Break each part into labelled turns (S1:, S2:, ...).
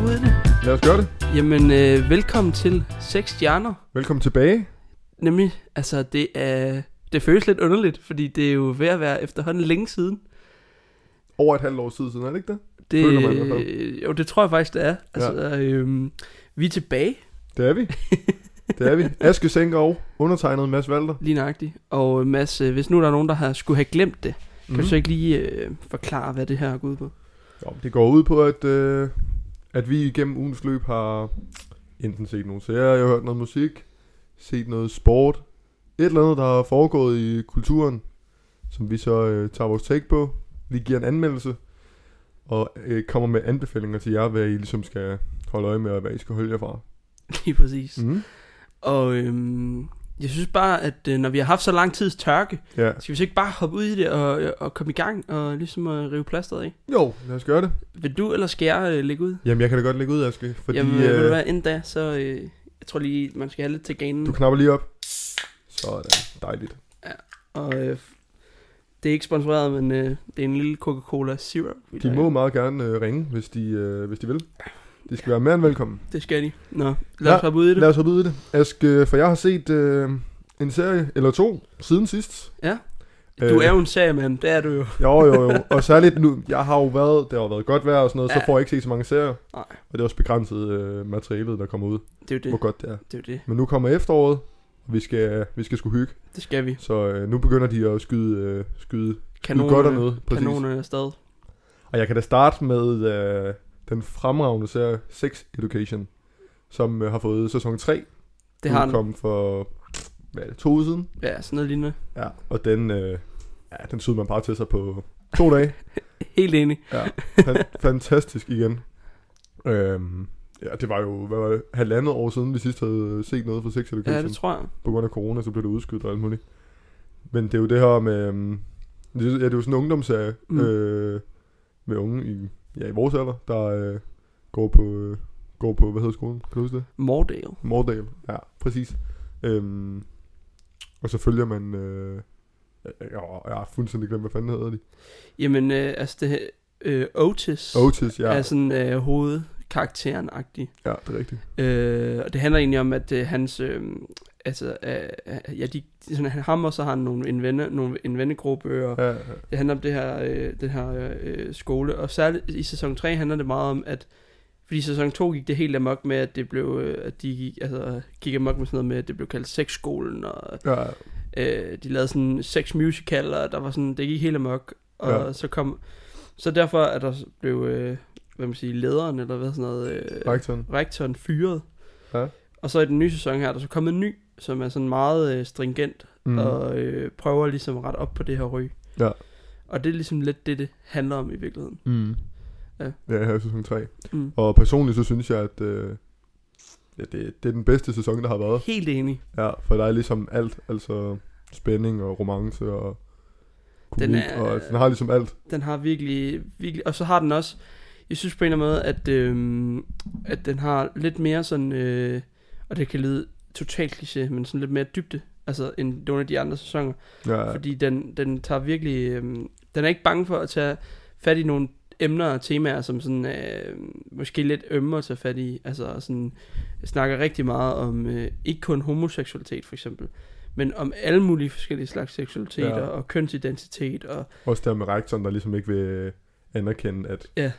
S1: øh,
S2: Lad os gøre det.
S1: Jamen, øh, velkommen til 6 stjerner.
S2: Velkommen tilbage.
S1: Nemlig, altså, det er... Det føles lidt underligt, fordi det er jo ved at være efterhånden længe siden.
S2: Over et halvt år siden, siden er det ikke det?
S1: Det,
S2: Føler man i hvert fald.
S1: øh, jo, det tror jeg faktisk, det er. Altså, ja. øhm, vi er tilbage,
S2: Det er vi. det er vi. Aske Sænker og undertegnet Mads Valter.
S1: lige nøjagtigt. Og øh, Mads, øh, hvis nu der er nogen, der har skulle have glemt det, mm. kan
S2: Mhm.
S1: du så ikke lige øh, forklare, hvad det her går ud på?
S2: Jo, det går ud på, at, øh, at vi igennem ugens løb har enten set nogle serier, jeg har hørt noget musik, set noget sport, et eller andet, der er foregået i kulturen, som vi så øh, tager vores take på, lige giver en anmeldelse, og øh, kommer med anbefalinger til jer, hvad I ligesom skal holde øje med, og hvad I skal holde jer fra.
S1: Lige præcis. Mm.
S2: Mm.
S1: Og øhm, jeg synes bare, at øh, når vi har haft så lang tids tørke,
S2: Ja.
S1: skal vi så ikke bare hoppe ud i det og, og komme i gang og ligesom øh, rive plasteret af?
S2: Jo, lad os gøre det.
S1: Vil du, eller skal jeg øh, lægge ud?
S2: Jamen, jeg kan da godt lægge ud, Aske, fordi
S1: Fordi, Jamen, øh, ved du
S2: øh,
S1: hvad, inden da, så øh, jeg tror lige, man skal have lidt til ganen.
S2: du knapper lige op. Sådan, dejligt.
S1: Og øh, det er ikke sponsoreret, men øh, det er en lille Coca-Cola Zero. vi
S2: De
S1: drikker.
S2: må meget gerne øh, ringe, hvis de, øh, hvis de vil. De skal være mere end velkommen.
S1: Det skal de. Nå, lad os
S2: Ja,
S1: hoppe ud i det.
S2: Lad os hoppe ud i det. Aske, for jeg har set øh, en serie eller to siden sidst.
S1: Ja. Du
S2: Øh,
S1: er jo en seriemand, det er du jo.
S2: Jo, jo, jo. Og særligt nu, jeg har jo været, det har jo været godt vejr og sådan noget, ja. så
S1: Ja.
S2: får jeg ikke set så mange serier.
S1: Nej.
S2: Og det er også begrænset øh, materialet, der kommer ud.
S1: Det er jo det.
S2: Hvor godt det er.
S1: Det er jo det.
S2: Men nu kommer efteråret, og vi skal, vi skal sgu hygge.
S1: Det skal vi.
S2: Så øh, nu begynder de at skyde, øh, skyde, skyde
S1: Kanonerne,
S2: godt og noget.
S1: kanonerne er stadig.
S2: Og jeg kan da starte med øh, den fremragende serie Sex Education, som øh, har fået sæson 3.
S1: Det har den.
S2: den. kom for hvad er det, to uger siden.
S1: Ja, sådan noget lignende.
S2: Ja. Og den, øh, ja, den sydde man bare til sig på to dage.
S1: Helt enig.
S2: Ja. Fan- fantastisk igen. Øhm, ja, det var jo hvad var det, halvandet år siden, vi sidst havde set noget fra Sex Education.
S1: Ja, det tror jeg.
S2: på grund af corona, så blev det udskudt og alt muligt. Men det er jo det her med... øhm, det er- Ja, det er jo sådan en ungdomsserie mm.
S1: Mm.
S2: øh, med unge i, ja, i vores alder, der øh, går på... Øh, går på, hvad hedder skolen? Kan du huske det?
S1: Mordale.
S2: Mordal. Ja, præcis. Øhm, og så følger man... Øh, jeg, jeg, jeg har fuldstændig glemt, hvad fanden hedder de.
S1: Jamen, øh, altså det øh, Otis,
S2: Otis, ja.
S1: er sådan øh, hovedkarakteren-agtig.
S2: Ja, det er rigtigt.
S1: Øh, og det handler egentlig om, at øh, hans... Øh, altså, øh, ja, de, de- sådan, han ham, og så har han nogle, en, venne, nogle, en vennegruppe, og
S2: Ja, ja.
S1: det handler om det her, øh, den her øh, skole. Og særligt i sæson 3 handler det meget om, at... Fordi i sæson 2 gik det helt amok med, at det blev... Øh, at de gik, altså, gik amok med sådan noget med, at det blev kaldt sexskolen, og
S2: ja.
S1: øh, de lavede sådan sex musical, og der var sådan... Det gik helt amok, og
S2: Ja.
S1: ja. så kom... Så derfor er der blev... Øh, hvad man siger, lederen, eller hvad sådan noget... Øh,
S2: Rektoren.
S1: rektoren fyret.
S2: Ja.
S1: Og så i den nye sæson her, der er så kommet en ny, som er sådan meget øh, stringent, mm. og øh, prøver ligesom at rette op på det her ryg.
S2: Mhm. Ja.
S1: Og det er ligesom lidt det, det handler om i virkeligheden.
S2: Mm.
S1: Ja.
S2: Ja, her i sæson 3.
S1: Mm.
S2: Og personligt så synes jeg, at øh, ja, det, det er den bedste sæson, der har været.
S1: Helt enig.
S2: Ja, for der er ligesom alt, altså spænding og romance og komik,
S1: Den
S2: den,
S1: er-
S2: er, og, altså, den har ligesom alt.
S1: Den har virkelig, virkelig... Og så har den også... Jeg synes på en eller anden måde, at, øh, at den har lidt mere sådan... Øh, og det kan lyde totalt kliché, men sådan lidt mere dybde. Altså end nogle af de andre sæsoner.
S2: Ja,
S1: Fordi den, den tager virkelig... Øhm, den er ikke bange for at tage fat i nogle emner og temaer, som sådan øh, måske lidt ømme at tage fat i. Altså sådan snakker rigtig meget om øh, ikke kun homoseksualitet for eksempel, men om alle mulige forskellige slags seksualiteter
S2: Ja.
S1: ja. og kønsidentitet og
S2: også der med rektoren, der ligesom ikke vil anerkende, at,
S1: Ja.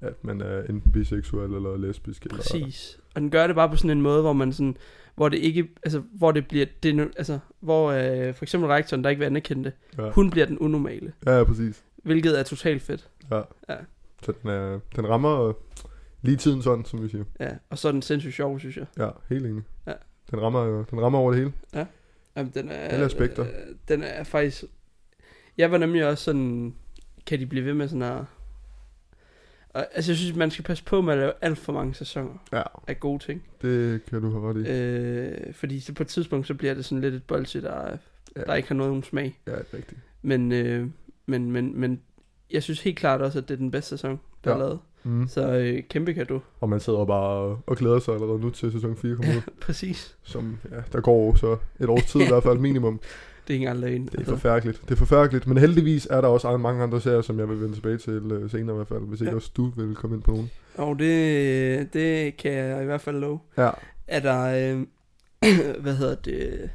S2: at man er enten biseksuel eller lesbisk. Eller,
S1: præcis. Og den gør det bare på sådan en måde, hvor man sådan hvor det ikke, altså hvor det bliver, det, nu- altså hvor øh, for eksempel rektoren, der ikke vil anerkende det,
S2: ja.
S1: hun bliver den unormale,
S2: ja, ja, præcis.
S1: hvilket er totalt fedt.
S2: Ja.
S1: Ja.
S2: Så den, er, den rammer øh, lige tiden sådan, som vi siger.
S1: Ja, og så er den sindssygt sjov, synes jeg.
S2: Ja, helt enig.
S1: Ja.
S2: Den rammer, øh, den rammer over det hele.
S1: Jamen, den er,
S2: Alle aspekter.
S1: Øh, den er faktisk... Jeg var nemlig også sådan... Kan de blive ved med sådan at... Og, altså, jeg synes, man skal passe på med at lave alt for mange sæsoner
S2: Ja, Mm.
S1: af gode ting.
S2: det kan du have ret i.
S1: Øh, fordi så på et tidspunkt, så bliver det sådan lidt et bolse, der,
S2: Ja.
S1: der ikke har nogen smag.
S2: Ja, det er rigtigt.
S1: Men, øh, men, men, men jeg synes helt klart også, at det er den bedste sæson, der
S2: Ja.
S1: er lavet.
S2: Mm.
S1: Så øh, kæmpe kado.
S2: Og man sidder bare og glæder sig allerede nu til sæson 4 kommer ud.
S1: Præcis.
S2: Som, ja, der går jo så et års tid i hvert fald minimum.
S1: Det er ikke engang løgn.
S2: Det er forfærdeligt. Det er forfærdeligt. Men heldigvis er der også andre- mange andre serier, som jeg vil vende tilbage til øh, senere i hvert fald, hvis ikke
S1: Ja.
S2: også du vil komme ind på nogen.
S1: Og det, øh, det kan jeg i hvert fald love.
S2: Ja.
S1: Er der, øh, hvad hedder det,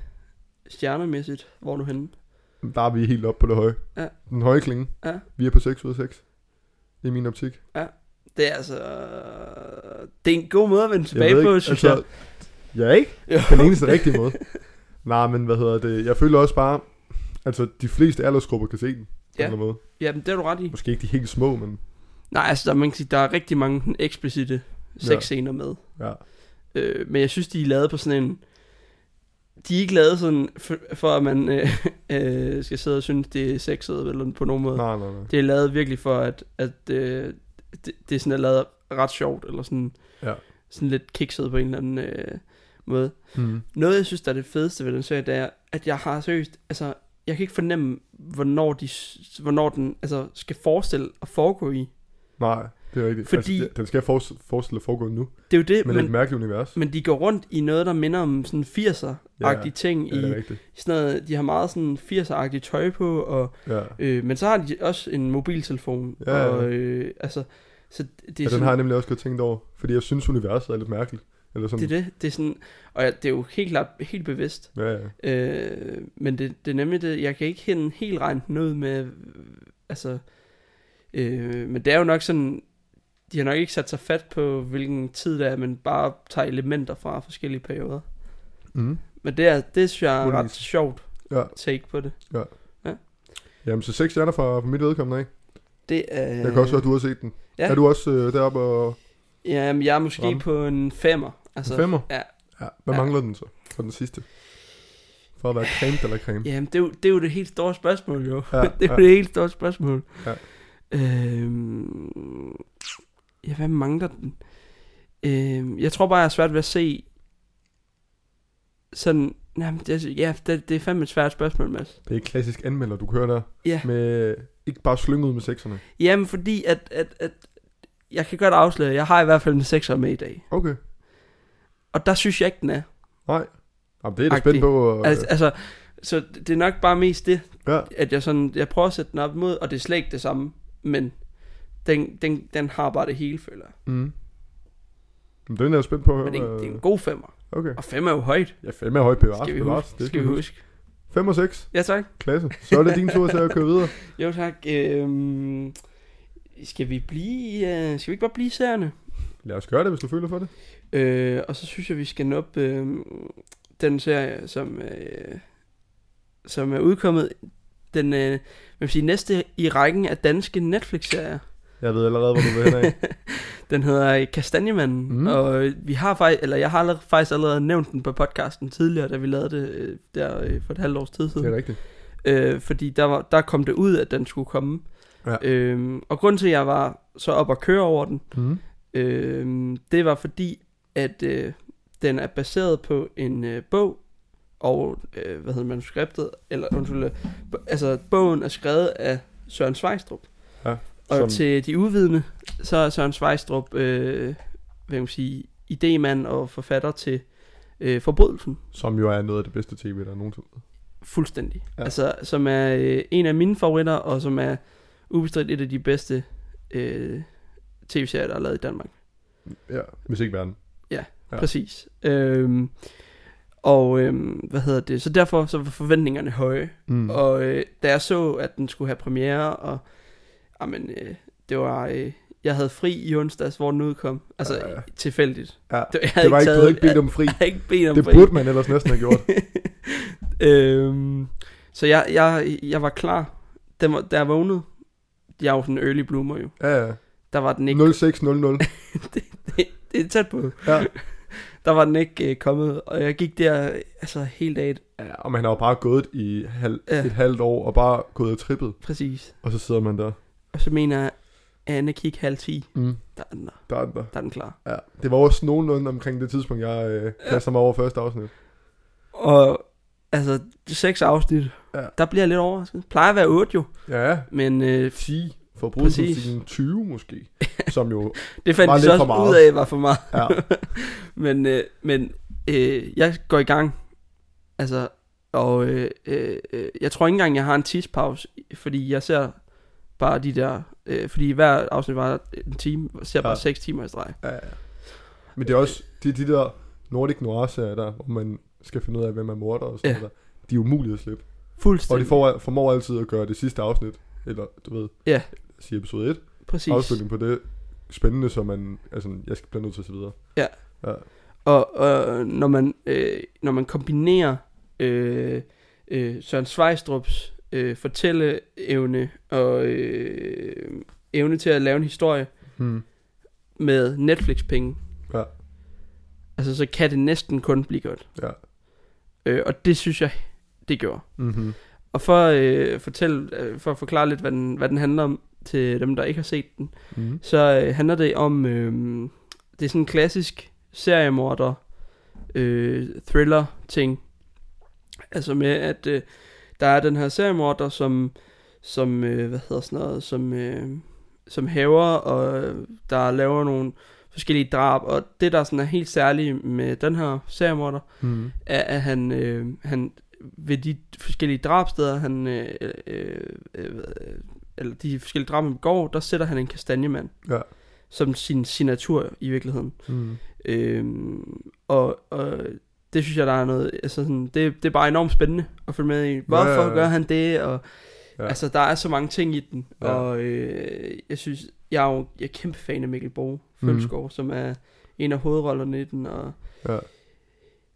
S1: stjernemæssigt, hvor er du henne?
S2: Der er vi helt oppe på det høje.
S1: Ja.
S2: Den høje klinge.
S1: Ja.
S2: Vi er på 6 ud af 6. I min optik.
S1: Det er altså, det er en god måde at vende tilbage
S2: ved altså,
S1: på, synes jeg.
S2: Ja, ikke?
S1: Jo.
S2: På den eneste rigtige måde. Nej, men hvad hedder det? Jeg føler også bare, altså de fleste aldersgrupper kan se den. På
S1: Ja.
S2: ja. en eller anden måde.
S1: Jamen, det er du ret i.
S2: Måske ikke de helt små, men
S1: Nej, altså, der, man kan sige, der er rigtig mange sådan, eksplicite sexscener med.
S2: ja.
S1: Øh, men jeg synes, de er lavet på sådan en... De er ikke lavet sådan, for, for at man øh, øh, skal sidde og synes, det er sexet eller på nogen måde.
S2: Nej, nej, nej.
S1: Det er lavet virkelig for, at, at øh, det, det sådan er lavet ret sjovt, eller sådan,
S2: Ja.
S1: sådan lidt kikset på en eller anden øh, måde.
S2: Mm.
S1: Noget, jeg synes, der er det fedeste ved den serie, det er, at jeg har seriøst, altså, jeg kan ikke fornemme, hvornår, de, s- hvornår den altså, skal forestille at foregå i.
S2: Nej, det er rigtigt.
S1: Fordi-
S2: Altså, den skal for, forestille at foregå nu,
S1: Det er jo det,
S2: men, men
S1: men,
S2: et mærkeligt univers.
S1: men de går rundt i noget, der minder om sådan 80'er-agtige
S2: Ja,
S1: ting.
S2: Ja, det
S1: i,
S2: er rigtigt.
S1: sådan noget, de har meget sådan 80'er-agtigt tøj på, og,
S2: Ja.
S1: øh, men så har de også en mobiltelefon.
S2: Ja, ja, ja.
S1: Og, øh, altså, så det, det, er
S2: ja, den
S1: sådan,
S2: har jeg nemlig også godt tænkt over, fordi jeg synes, universet er lidt mærkeligt. Eller sådan.
S1: det er det. Det er sådan, og ja, det er jo helt klart helt bevidst.
S2: Ja, ja.
S1: Øh, men det, det er nemlig det, jeg kan ikke hen, helt regne den ud med, øh, altså, øh, men det er jo nok sådan, de har nok ikke sat sig fat på, hvilken tid det er, men bare tager elementer fra forskellige perioder.
S2: Mm.
S1: Men det, er, det synes jeg er ret
S2: Underligt.
S1: sjovt
S2: Ja.
S1: take på det.
S2: Jamen, så seks stjerner fra, fra mit vedkommende, ikke?
S1: Det er...
S2: Jeg kan også høre, at du har set den.
S1: Øh, Ja.
S2: Er du også øh, deroppe og
S1: Jamen, jeg er måske
S2: Ramme.
S1: på en femmer.
S2: altså,
S1: Altså,
S2: femmer?
S1: ja.
S2: ja. Hvad
S1: Ja.
S2: mangler den så for den sidste? For at være creme eller creme?
S1: Jamen, det er, jo, det er jo det helt store spørgsmål, jo.
S2: Mm. Ja,
S1: Ja, det er jo
S2: ja.
S1: ja. det helt store spørgsmål.
S2: Ja.
S1: Øhm, ja, hvad mangler den? Øhm, jeg tror bare, jeg har svært ved at se sådan... Jamen, det, er- ja, det, det er fandme et svært spørgsmål, Mads.
S2: Det er et klassisk anmelder, du kører der.
S1: Ja.
S2: Med, ikke bare slynget ud med sekserne.
S1: Jamen, fordi at, at, at... Jeg kan godt afsløre, jeg har i hvert fald en sekser med i dag.
S2: Okay.
S1: Og der synes jeg ikke, den er.
S2: Jamen, det er da
S1: Agtig.
S2: spændt på. Og,
S1: Okay. Altså, altså, så det er nok bare mest det,
S2: ja.
S1: at jeg sådan, jeg prøver at sætte den op mod, og det er slet ikke det samme, men den, den, den har bare det hele, føler jeg.
S2: Mm. Men den er jeg spændt på at høre.
S1: Men det er, en,
S2: hvad-
S1: det er en god femmer.
S2: Okay.
S1: Og fem er jo højt,
S2: Ja, fem er høj bevares.
S1: skal vi
S2: bevares.
S1: huske.
S2: Det
S1: Skal vi huske.
S2: 5 og 6.
S1: Ja, tak.
S2: Klasse. Så er det din tur til at køre videre.
S1: Jo, tak. Øhm, skal vi blive, øh, skal vi ikke bare blive i serierne?
S2: Lad os gøre det, hvis du føler for det.
S1: Øh, og så synes jeg, vi skal nå op øh, den serie, som, øh, som er udkommet den, øh, hvad vil jeg sige, næste i rækken af danske Netflix-serier.
S2: Jeg ved allerede, hvor du vil hen af.
S1: Den hedder Kastanjemanden,
S2: Mm.
S1: mm. og øh, vi har faktisk, eller jeg har allerede, faktisk allerede nævnt den på podcasten tidligere, da vi lavede det øh, der øh, for et halvt års tid
S2: det
S1: siden.
S2: er rigtigt.
S1: Øh, fordi der, var, der kom det ud, at den skulle komme.
S2: Ja.
S1: Øh, og grunden til, at jeg var så op og køre over den,
S2: Mm.
S1: øh, det var fordi, at øh, den er baseret på en øh, bog, og øh, hvad hedder manuskriptet, eller undskyld, øh, b- altså bogen er skrevet af Søren Svejstrup. Og
S2: Som-
S1: Som... til de uvidende, så er Søren Svejstrup, øh, hvad kan man sige, idemand og forfatter til øh, Forbrydelsen,
S2: Som jo er noget af det bedste tv, der er nogensinde.
S1: fuldstændig.
S2: Ja.
S1: Ja. Altså, som er øh, en af mine favoritter, og som er ubestridt et af de bedste øh, tv-serier, der er lavet i Danmark.
S2: Ja, hvis ikke verden. Ja.
S1: Ja. Præcis. Øhm, og øhm, hvad hedder det? Så derfor så var forventningerne høje.
S2: Mm.
S1: Mm. Og øh, da jeg så, at den skulle have premiere, og jamen, øh, det var, øh, jeg havde fri i onsdags, hvor den udkom. Altså
S2: Ja, ja.
S1: ja. tilfældigt.
S2: Ja,
S1: Det, jeg
S2: det var ikke, du havde ikke bedt
S1: jeg,
S2: om fri.
S1: jeg havde ikke bedt om
S2: Det
S1: fri.
S2: burde man ellers næsten have gjort.
S1: øhm, så jeg, jeg, jeg var klar. Den var, da jeg vågnede, jeg er jo sådan en early bloomer jo.
S2: Ja, ja.
S1: Der var den ikke,
S2: 0600.
S1: det er tæt på,
S2: Ja.
S1: der var den ikke øh, kommet. Og jeg gik der øh, altså helt af,
S2: ja, og man har jo bare gået i halv,
S1: Ja.
S2: et halvt år, og bare gået og trippet,
S1: præcis.
S2: og så sidder man der.
S1: Og så mener jeg, Anne gik halv 10,
S2: Mm.
S1: der er den der,
S2: Der er den der.
S1: der er den klar.
S2: Ja. Det var også nogenlunde omkring det tidspunkt, jeg øh, kaster mig over første afsnit.
S1: Og altså, seks afsnit,
S2: Ja.
S1: ja. der bliver jeg lidt overrasket. Plejer at være otte jo,
S2: Ja,
S1: men øh,
S2: 10
S1: Præcis.
S2: forbrugsmusikken 20 måske, som jo,
S1: det fandt
S2: Var
S1: de så
S2: lidt
S1: også
S2: for meget.
S1: ud af, var for meget.
S2: ja,
S1: men øh, men øh, jeg går i gang, altså Og øh, øh, øh, jeg tror ikke engang, jeg har en tidspause, fordi jeg ser bare de der... Øh, fordi hver afsnit var en time, og ser bare
S2: Ja.
S1: 6 timer i streg.
S2: Ja, ja. Men det er også de, de der Nordic Noir-serier der, hvor man skal finde ud af, hvem er morder og sådan
S1: Ja.
S2: ja. noget der. De er umulige at slippe. Og de
S1: Fuldstændig.
S2: får, formår altid at gøre det sidste afsnit, eller du ved,
S1: Ja.
S2: sige episode 1,
S1: Præcis.
S2: afslutning på det spændende, så man, altså, jeg skal blive nødt til at se videre.
S1: Ja.
S2: ja.
S1: Og, og når, man, øh, når man kombinerer øh, øh, Søren Svejstrups øh, fortælleevne og øh, evne til at lave en historie
S2: Hmm.
S1: med Netflix-penge,
S2: Ja.
S1: altså så kan det næsten kun blive godt.
S2: Ja.
S1: Øh, og det synes jeg, det gjorde.
S2: Mm-hmm.
S1: Og for, øh, fortælle, øh, for at forklare lidt, hvad den, hvad den handler om til dem, der ikke har set den,
S2: Mm-hmm.
S1: så øh, handler det om, øh, det er sådan en klassisk seriemorder, øh, thriller ting. Altså med, at øh, der er den her seriemorder, som, som øh, hvad hedder sådan noget, som, øh, som hæver, og øh, der laver nogle forskellige drab, og det der sådan er helt særligt med den her seriemorder,
S2: Mm-hmm.
S1: er, at han, øh, han ved de forskellige drabsteder, han, øh, øh, øh, hvad- øh, eller de forskellige drab, han begår, der sætter han en kastanjemand
S2: Ja.
S1: som sin signatur i virkeligheden.
S2: Mm-hmm.
S1: Øhm, og, og det synes jeg, der er noget, altså sådan, det, det er bare enormt spændende at følge med i. Hvorfor ja, ja,
S2: Ja, ja,
S1: ja.
S2: ja.
S1: gør han det? Og, ja.
S2: Ja.
S1: Altså, der er så mange ting i den, ja.
S2: Ja.
S1: og øh, jeg synes, jeg er jo jeg er kæmpe fan af Mikkel Bo Følsgaard, mm. som er en af hovedrollerne i den, og
S2: Ja.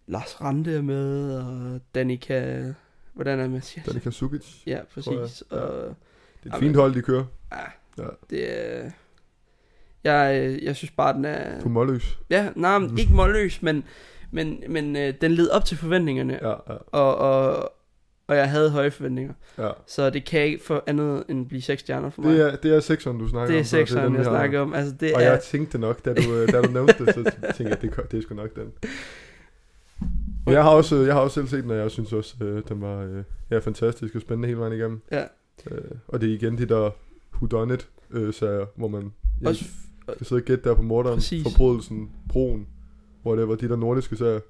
S1: Lars Rante er med, og Danica, hvordan er Mathias?
S2: Danica Sukic.
S1: Ja,
S2: tror jeg.
S1: præcis.
S2: Ja.
S1: Og,
S2: Det er
S1: Jamen.
S2: et fint hold, de kører.
S1: det er... Jeg, øh, jeg synes bare, den er...
S2: Du er målløs.
S1: Ja, nej, men
S2: Mm.
S1: ikke målløs, men, men, men øh, den led op til forventningerne, ja.
S2: Ja, ja,
S1: og, og, og jeg havde høje forventninger.
S2: ja.
S1: Så det kan ikke for andet end blive 6 stjerner for mig.
S2: Det er, det er sekseren, du snakker
S1: det er
S2: om. så dem,
S1: sekseren, jeg
S2: har-
S1: snakker om. Altså, det
S2: Og
S1: er,
S2: jeg tænkte nok, da du, øh, da du nævnte det, så tænkte jeg, det, det er sgu nok den. Men jeg har også, øh, jeg har også selv set den, og jeg synes også, øh, den var øh, ja, fantastisk og spændende hele vejen igennem.
S1: Ja.
S2: Øh, og det er igen de der whodunit øh, serier, hvor man ja,
S1: også,
S2: også, skal sidde og gætte der på morderen,
S1: Præcis.
S2: forbrydelsen, broen, hvor det var de der nordiske serier. de er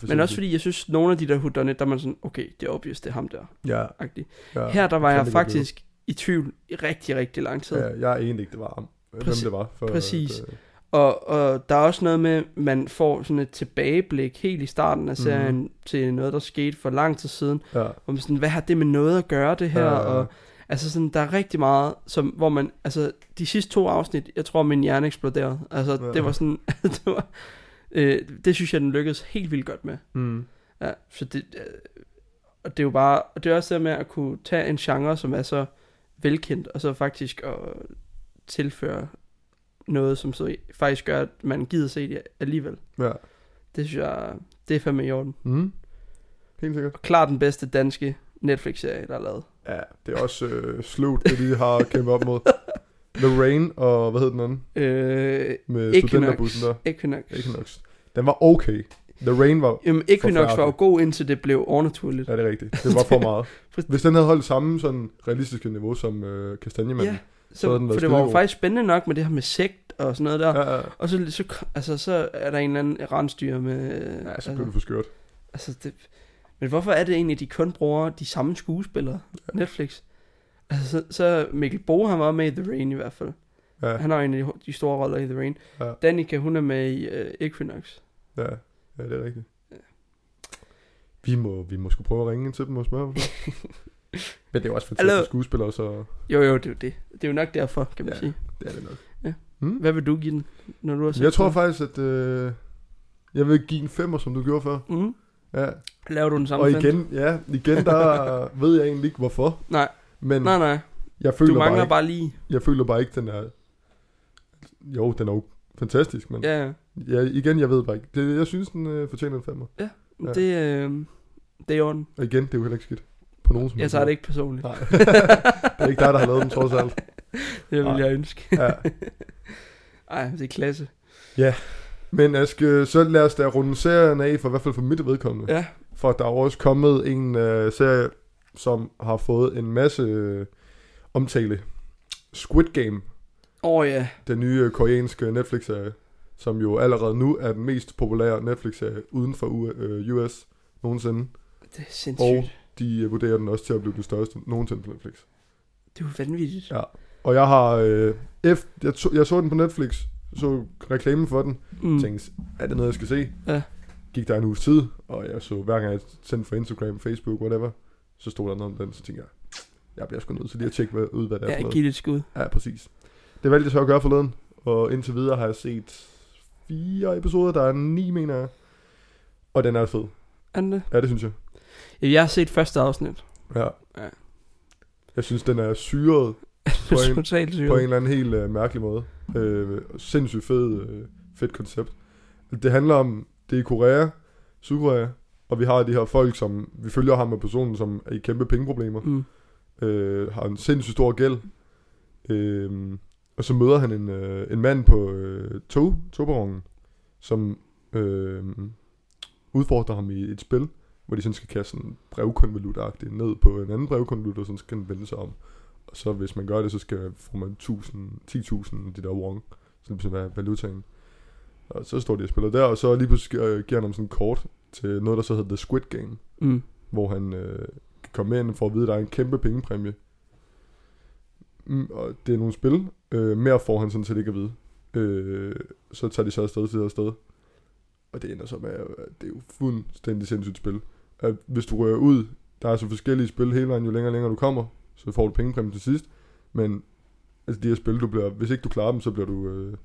S1: men også
S2: sindssyge.
S1: fordi, jeg synes, nogle af de der hudonnet, der er man sådan, okay, det er obvious, det er ham der.
S2: Ja,
S1: -agtigt.
S2: ja,
S1: Her der var
S2: kan
S1: jeg
S2: det godt
S1: faktisk i tvivl i rigtig, rigtig lang tid.
S2: blive. Ja, jeg er egentlig ikke, det var ham, hvem
S1: Præcis-
S2: det var. For,
S1: præcis.
S2: At, øh,
S1: Og, og der er også noget med, man får sådan et tilbageblik helt i starten af serien
S2: Mhm.
S1: mm. til noget, der skete for lang tid siden.
S2: ja,
S1: om sådan, hvad har det med noget at gøre det her,
S2: Ja, ja, ja.
S1: og altså sådan, der er rigtig meget, som, hvor man, altså de sidste to afsnit, jeg tror min hjerne eksploderede, altså
S2: Ja.
S1: det var sådan, det var, øh, det synes jeg, den lykkedes helt vildt godt med,
S2: mm,
S1: ja, så det, øh, og det er jo bare, og det er også det med at kunne tage en genre, som er så velkendt, og så faktisk at tilføre noget, som så faktisk gør, at man gider se det alligevel,
S2: ja.
S1: det synes jeg, det er fandme i orden,
S2: Mm. Helt sikkert.
S1: og klart den bedste danske Netflix-serie, der er lavet.
S2: Ja, det er også øh, sløvt, det de har kæmpet op mod. The Rain og, hvad hed den anden?
S1: Øh,
S2: Med
S1: Equinox.
S2: studenterbussen der.
S1: Equinox.
S2: Equinox. Den var okay. The Rain var...
S1: Jamen, Equinox var jo
S2: Forfærdelig.
S1: god, indtil det blev overnaturligt.
S2: Ja, det er rigtigt. Det var for meget.
S1: Præcis.
S2: Hvis den havde holdt samme sådan realistiske niveau som øh, Kastanjemanden.
S1: Ja,
S2: Ja.
S1: så,
S2: så havde den
S1: for
S2: været
S1: det var jo
S2: skidegod.
S1: faktisk spændende nok med det her med sekt og sådan noget der. Ja.
S2: Ja, ja.
S1: Og så, så, altså, så er der en eller anden rensdyr med...
S2: ja, så blev
S1: altså,
S2: det for skørt.
S1: altså det, men hvorfor er det egentlig, at de kun bruger de samme skuespillere? Ja. Netflix. Altså, så, så Mikkel Bo, han var med i The Rain i hvert fald.
S2: Ja,
S1: Ja. Han har jo en af de, de store roller i The Rain.
S2: Ja.
S1: Danica, hun er med i øh, Equinox.
S2: ja, ja, det er rigtigt. Vi må, vi må sgu prøve at ringe ind til dem og spørge, hvorfor. Men det er jo også
S1: Hallo?
S2: fantastiske skuespillere, så
S1: Jo, jo, det er jo det. Det er jo nok derfor, kan man ja.
S2: Ja.
S1: sige.
S2: det er det nok.
S1: Ja.
S2: Mm?
S1: Hvad vil du give den, når du har set
S2: Jeg tror
S1: den?
S2: faktisk, at øh, jeg vil give en femmer, som du gjorde før.
S1: Mm.
S2: Ja.
S1: Laver du den samme
S2: Og
S1: fem?
S2: igen, ja, igen der ved jeg egentlig ikke hvorfor.
S1: Nej.
S2: Men
S1: Nej, nej.
S2: jeg
S1: Du
S2: føler bare,
S1: mangler
S2: ikke,
S1: bare lige.
S2: jeg føler bare ikke, den er... Jo, den er jo fantastisk, men...
S1: Ja, ja.
S2: Ja, igen, jeg ved bare ikke. Det, jeg synes, den øh, fortjener en femmer. Ja.
S1: Det, øh, det er i orden.
S2: Og igen, det er jo heller ikke skidt. På nogen som
S1: Jeg
S2: helst
S1: tager det
S2: måde.
S1: ikke personligt.
S2: Nej. det er ikke dig, der har lavet dem, trods alt.
S1: Det vil
S2: Nej.
S1: jeg ønske.
S2: Ja.
S1: Ej, det er klasse.
S2: Men Aske, så lad os da runde serien af, for i hvert fald for mit vedkommende.
S1: Ja,
S2: For der er jo også kommet en øh, serie, som har fået en masse øh, omtale. Squid Game,
S1: åh oh, ja.
S2: den nye øh, koreanske Netflix-serie, som jo allerede nu er den mest populære Netflix-serie uden for U- øh, US nogensinde.
S1: Det er sindssygt.
S2: Og- De øh, vurderer den også til at blive den største nogensinde på Netflix.
S1: Det er jo vanvittigt.
S2: Ja. Og jeg har... Øh, F, jeg, to, jeg så den på Netflix. Så reklamen for den.
S1: Mm.
S2: Mm. Tænkte, er det noget, jeg skal se?
S1: Ja.
S2: Gik der en uges tid, og jeg så hver gang jeg sendte for Instagram, Facebook, whatever, så stod der noget om den, så tænkte jeg, jeg bliver sgu nødt til lige at tjekke hvad, ud, hvad det er
S1: Ja,
S2: for noget.
S1: giv det et skud.
S2: Ja, præcis. Det valgte jeg så at gøre forleden, og indtil videre har jeg set fire episoder, der er ni, mener jeg. Og den er fed.
S1: Er den det?
S2: Ja, det synes jeg.
S1: Ja, Jeg har set første afsnit.
S2: Ja.
S1: Ja.
S2: Jeg synes, den er syret
S1: Det er totalt sygt.
S2: på en eller anden helt øh, mærkelig måde. Øh, sindssygt fed, øh, fedt koncept. Det handler om, det er i Korea, Sydkorea, og vi har de her folk, som vi følger ham med personen, som er i kæmpe pengeproblemer.
S1: Mm.
S2: øh, har en sindssygt stor gæld. Øh, og så møder han en, øh, en mand på øh, tog, togperronen, som øh, udfordrer ham i et spil, hvor de sådan skal kaste en brevkonvolut ned på en anden brevkonvolut, og sådan skal den vende sig om. Og så hvis man gør det, så skal får man 1000, 10.000 de der won, som ligesom er valutaen. Og så står de og spiller der, og så lige pludselig øh, giver han ham sådan et kort til noget, der så hedder The Squid Game
S1: Mm.
S2: hvor han øh, kan komme ind for at vide, at der er en kæmpe pengepræmie. Mm, og det er nogle spil. Øh, mere får han sådan set ikke at vide. Øh, så tager de så afsted til det her sted. Og det ender så med, at det er jo fuldstændig sindssygt spil. At hvis du rører ud, der er så forskellige spil hele vejen, jo længere og længere du kommer, så får du pengepræmien til sidst. Men altså de her spil, du bliver, hvis ikke du klarer dem, så bliver du, øh,